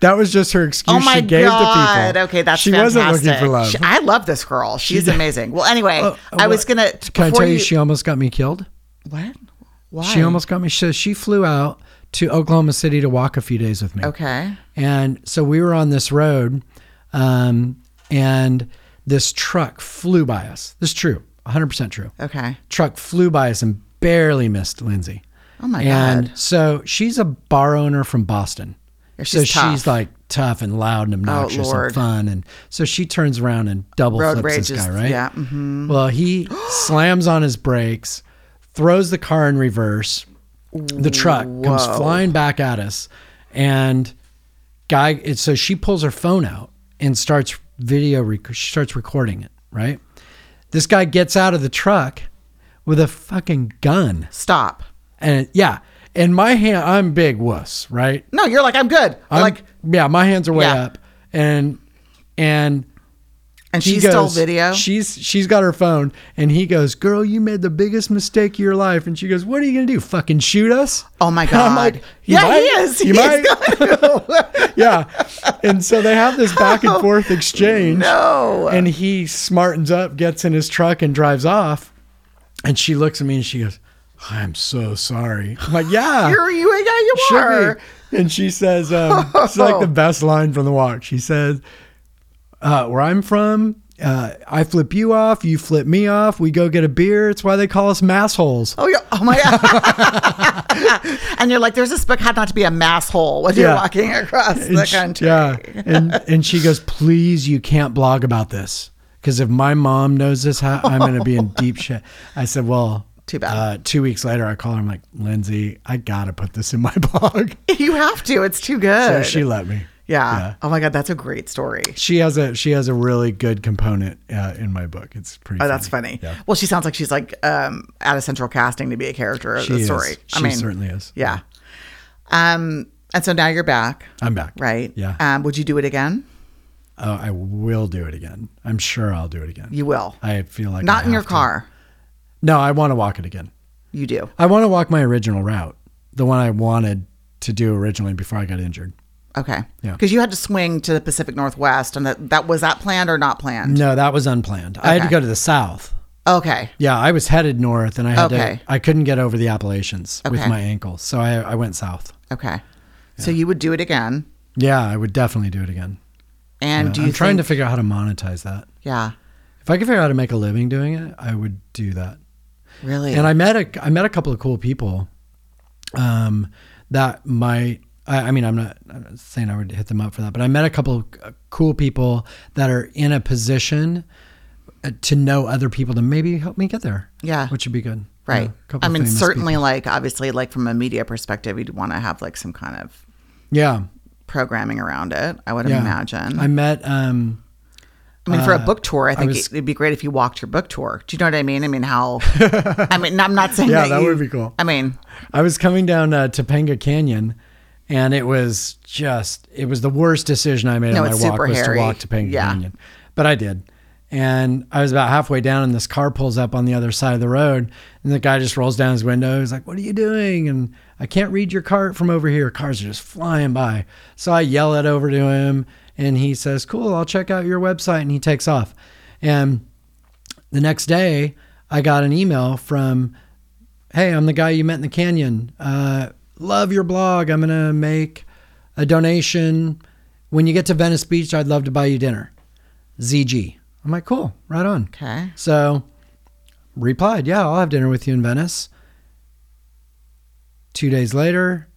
That was just her excuse
Oh my
she gave
god!
to people.
Okay, that's
she
fantastic.
wasn't looking for love.
She- I love this girl. She's amazing. Well, anyway,
Oh,
I was
what-
gonna.
Can I
before
tell you, she almost got me killed?
what? Why?
She almost got me. So she flew out to Oklahoma City to walk a few days with me.
Okay.
And so we were on this road, um, and this truck flew by us. This is true, 100% true.
Okay.
Truck flew by us and barely missed Lindsay.
Oh my
and
god.
so she's a bar owner from Boston.
She's
so she's
tough. Oh,
like tough and loud and obnoxious
Lord.
and fun, and so she turns around and double
Road
flips
rage
this
is-
guy, right?
yeah, mhm.
Well, he slams on his brakes, throws the car in reverse. The truck comes
Whoa.
flying back at us, and guy. It, so she pulls her phone out and starts video. Rec- she starts recording it. Right. This guy gets out of the truck with a fucking gun,
Stop.
and yeah. And my hand, I'm big wuss, right?
No, you're like I'm good.
I'm,
like,
yeah, my hands are way
Yeah.
up, and and
and
he
she stole
goes-
video.
She's she's got her phone, and he goes, "Girl, you made the biggest mistake of your life." And she goes, "What are you gonna do? Fucking shoot us?"
Oh my
And
God.
I'm like, "You
Yeah, he
might.
is.
You
He
might."
is
yeah, and so they have this back and forth exchange.
Oh, no.
and he smartens up, gets in his truck, and drives off. And she looks at me, and she goes, "I'm so sorry." I'm like, "Yeah,
You're you. Yeah, you
should
are.
be. And she says, um, it's like the best line from the walk. She says, uh, where I'm from, uh, I flip you off, you flip me off, we go get a beer. It's why they call us massholes.
Oh, yeah. oh my god! and you're like, there's this book had not to be a mass hole when you're
Yeah.
walking across
And
the
she-
country.
yeah. And, and she goes, please, you can't blog about this. Because if my mom knows this, how- I'm going to be in deep shit. I said, well,
Too bad.
Uh, two weeks later, I call her. I'm like, Lindsay, I got to put this in my blog.
You have to. It's too good.
So she let me.
yeah.
yeah.
Oh my god, that's a great story.
She has a she has a really good component uh, in my book. It's pretty.
Oh, that's funny.
Yeah.
Well, she sounds like she's like um, out of central casting to be a character of
She
the
is.
story.
She certainly is.
Yeah. Um, and so now you're back,
I'm back.
right?
Yeah.
Um, would you do it again?
oh, I will do it again. I'm sure I'll do it again.
You will.
I feel like
Not
I
in your
have to.
car.
No, I want to walk it again.
You do.
I want to walk my original route, the one I wanted to do originally before I got injured.
Okay.
Yeah.
Because you had to swing to the Pacific Northwest, and that, that was that planned or not planned?
No, that was unplanned. I had to
Okay.
go to the south.
Okay.
Yeah, I was headed north, and I had
Okay.
to. I couldn't get over the Appalachians with
Okay.
my ankle, so I I went south.
Okay. So you would do it again.
Yeah, I would definitely do it again.
And
Yeah,
do you
I'm trying to
think-
figure out how to monetize that.
Yeah.
If I could figure out how to make a living doing it, I would do that.
Really?
And I met a I met a couple of cool people um, that might. I, I mean, I'm not, I'm not saying I would hit them up for that, but I met a couple of uh, cool people that are in a position uh, to know other people to maybe help me get there.
Yeah.
which would be good.
right.
Yeah, a couple
I
of
mean,
famous
certainly,
people.
like, obviously, like, from a media perspective, you'd want to have, like, some kind of
Yeah,
programming around it, I would
yeah.
imagine.
I met. Um,
I mean, for a book tour, I think
was-
it'd be great if you walked your book tour. Do you know what I mean? I mean, how? I mean, I'm not saying
Yeah,
that,
that
you-
would be cool.
I mean,
I was coming down uh, Topanga Canyon, and it was just it was the worst decision I made
No,
on my
it's
walk
super
was
hairy.
to walk Topanga
Yeah.
Canyon, but I did. And I was about halfway down, and this car pulls up on the other side of the road, and the guy just rolls down his window. He's like, "What are you doing?" And I can't read your cart from over here. Cars are just flying by. So I yell it over to him, and he says, "Cool, I'll check out your website," and he takes off. And the next day, I got an email from, "Hey, I'm the guy you met in the canyon. Uh, love your blog. I'm gonna make a donation. When you get to Venice Beach, I'd love to buy you dinner." ZG. I'm like, cool, right on.
okay.
So, replied, "Yeah, I'll have dinner with you in Venice." Two days later,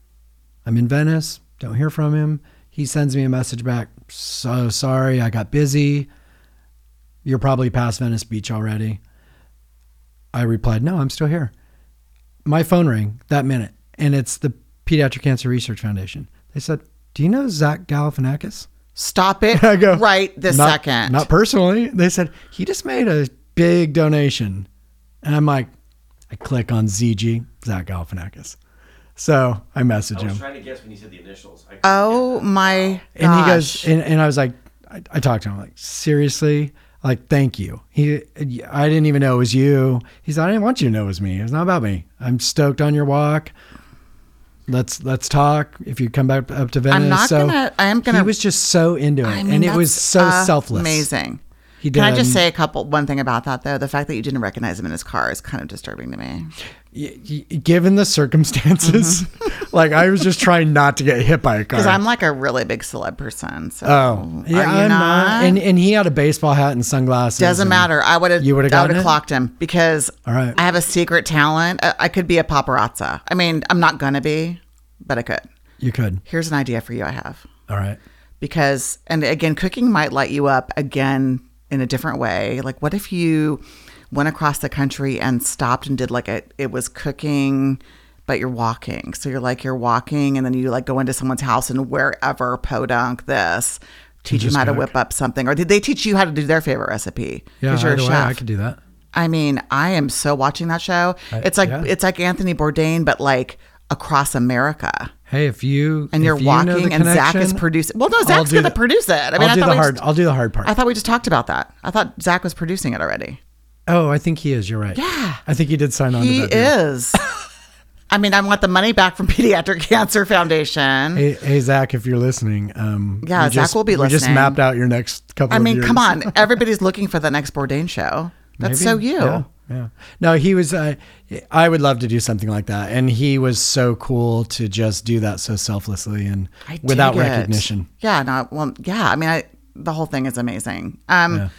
I'm in Venice. Don't hear from him. He sends me a message back. So sorry, I got busy. You're probably past Venice Beach already. I replied, No, I'm still here. My phone rang that minute, and it's the Pediatric Cancer Research Foundation. They said, Do you know Zach Galifianakis?
Stop it
I go,
right this
not,
second.
Not personally. They said he just made a big donation, and I'm like, I click on ZG Zach Galifianakis, so I message
I was
him,
trying to guess when you said the initials. I couldn't
oh my gosh.
and he goes, and, and I was like, I, I talked to him like seriously, like thank you. He, I didn't even know it was you. He said I didn't want you to know it was me. It's not about me. I'm stoked on your walk. Let's let's talk if you come back up to Venice.
not
so
gonna- I am gonna-
He was just so into it,
I mean,
and it
that's
was so selfless.
Amazing.
He
Can I
did,
just
um,
say a couple one thing about that though? The fact that you didn't recognize him in his car is kind of disturbing to me.
y- y- given the circumstances, like I was just trying not to get hit by a
Because
car.
Mm-hmm. I'm like a really big celeb person. So
oh, yeah,
are you
I'm
not?
not. And and he had a baseball hat and sunglasses.
Doesn't
and-
matter. I would have.
You would've
I would
gotten
have
it?
clocked him because
All right.
I have a secret talent. I, I could be a paparazza. I mean, I'm not gonna be, but I could.
You could.
Here's an idea for you I have.
All right.
because and again cooking might light you up again in a different way like what if you went across the country and stopped and did like a it was cooking but you're walking so you're like you're walking and then you like go into someone's house and wherever podunk this teach them
just
how to
cook.
whip up something or did they teach you how to do their favorite recipe
Yeah.
'Cause you're a
either way,
chef.
I could do that.
I mean, I am so watching that show. it's like
yeah.
it's like Anthony Bourdain, but like across America.
Hey, if you
And
if
you're
you know
walking,
the
and Zach is
connection,
producing. Well, no,
I'll
Zach's
do
going to
the-
produce it. I mean,
I'll
I
do
thought
the
we
hard.
just-
I'll do the hard part.
I thought we just talked about that. I thought Zach was producing it already.
oh, I think he is. You're right.
Yeah.
I think he did sign on.
He
to that deal.
is. I mean, I want the money back from Pediatric Cancer Foundation.
Hey, hey, Zach, if you're listening, um,
Yeah,
we
Zach
just-
will be
We just
listening.
mapped out your next couple.
I
of
mean,
years.
come on. Everybody's looking for the next Bourdain show. That's
Maybe.
so you.
Yeah, yeah. No, he was. Uh, I would love to do something like that, and he was so cool to just do that so selflessly and
I dig
without
it.
recognition.
Yeah, no, well, yeah. I mean, I, the whole thing is amazing. Um,
Yeah.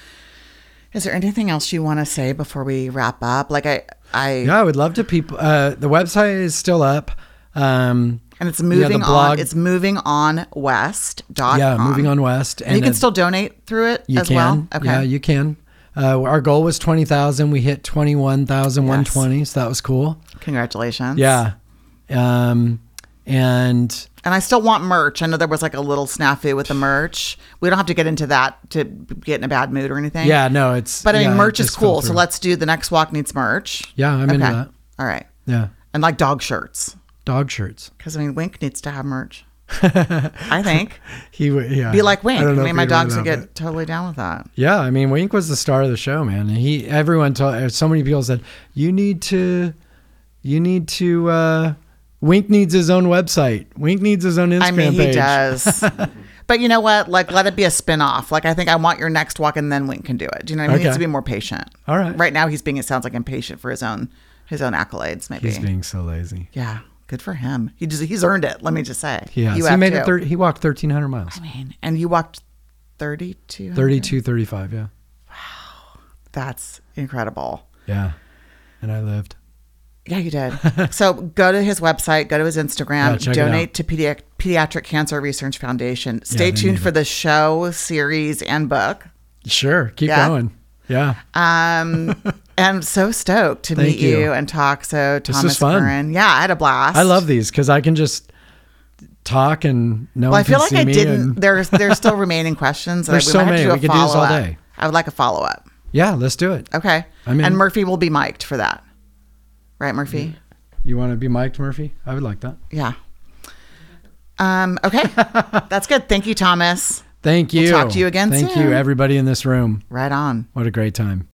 Is there anything else you want to say before we wrap up? Like, I, I,
Yeah, I would love to. People, uh, the website is still up, um,
and it's moving
blog-
on. It's moving on west.com.
yeah, moving on west,
And, you can
it-
still donate through it
you
as
can,
well. Okay.
yeah, you can. Uh, our goal was twenty thousand. We hit twenty one thousand one twenty, so that was cool.
Congratulations.
Yeah, um, and
And I still want merch. I know there was like a little snafu with the merch. We don't have to get into that to get in a bad mood or anything.
yeah, no, it's
But I mean,
yeah, it
merch is
just fell
cool. So
through.
let's do the next walk needs merch.
Yeah, I'm into that.
All right.
yeah,
And like dog shirts.
dog shirts.
Because I mean, Wink needs to have merch. I think.
He would yeah.
Be like Wink.
don't
I,
know if
mean, my
he'd really
dogs would
know,
get
but-
totally down with that.
Yeah, I mean, Wink was the star of the show, man. And he, everyone, told uh, so many people said, "You need to, you need to." uh Wink needs his own website. Wink needs his own Instagram
I mean,
page.
he does. but you know what? Like, let it be a spin off. Like, I think I want your next walk, and then Wink can do it. Do you know what I mean? He needs
Okay.
to be more patient.
All right.
Right now, he's being. It sounds like impatient for his own his own accolades. Maybe.
He's being so lazy.
yeah. Good for him. He just he's earned it. Let me just say.
He has.
You
he
have
made
to. Mm-hmm.
it. Thir- he walked thirteen hundred miles.
I mean, and you walked thirty two.
32, 35, Yeah,
That's incredible.
yeah. And I lived.
Yeah, you did. so go to his website, go to his Instagram,
Yeah, check it
donate
out.
to Pediatric, Pediatric Cancer Research Foundation. Stay
they
tuned
need
for the show, series, and book.
Sure, keep
Yeah.
going. Yeah,
Um, I'm so stoked to
Thank
meet you.
you.
and talk. So Thomas
fun.
Curran. yeah, I had a blast.
I love these because I can just talk and no
Well,
one
I feel
can
like
see
I
me.
didn't.
and-
There's there's still remaining questions. that
There's
we
so
might have to
many.
do a
We could do this all
follow-up.
day.
I would like a follow up.
yeah, let's do it.
Okay.
I'm in.
And Murphy will be mic'd for that, right, Murphy?
You want to be Mike Murphy? I would like that.
Yeah. Um. Okay. That's good. Thank you, Thomas.
Thank you.
talk to you again
Thank
soon.
you, everybody in this room.
Right on.
What a great time.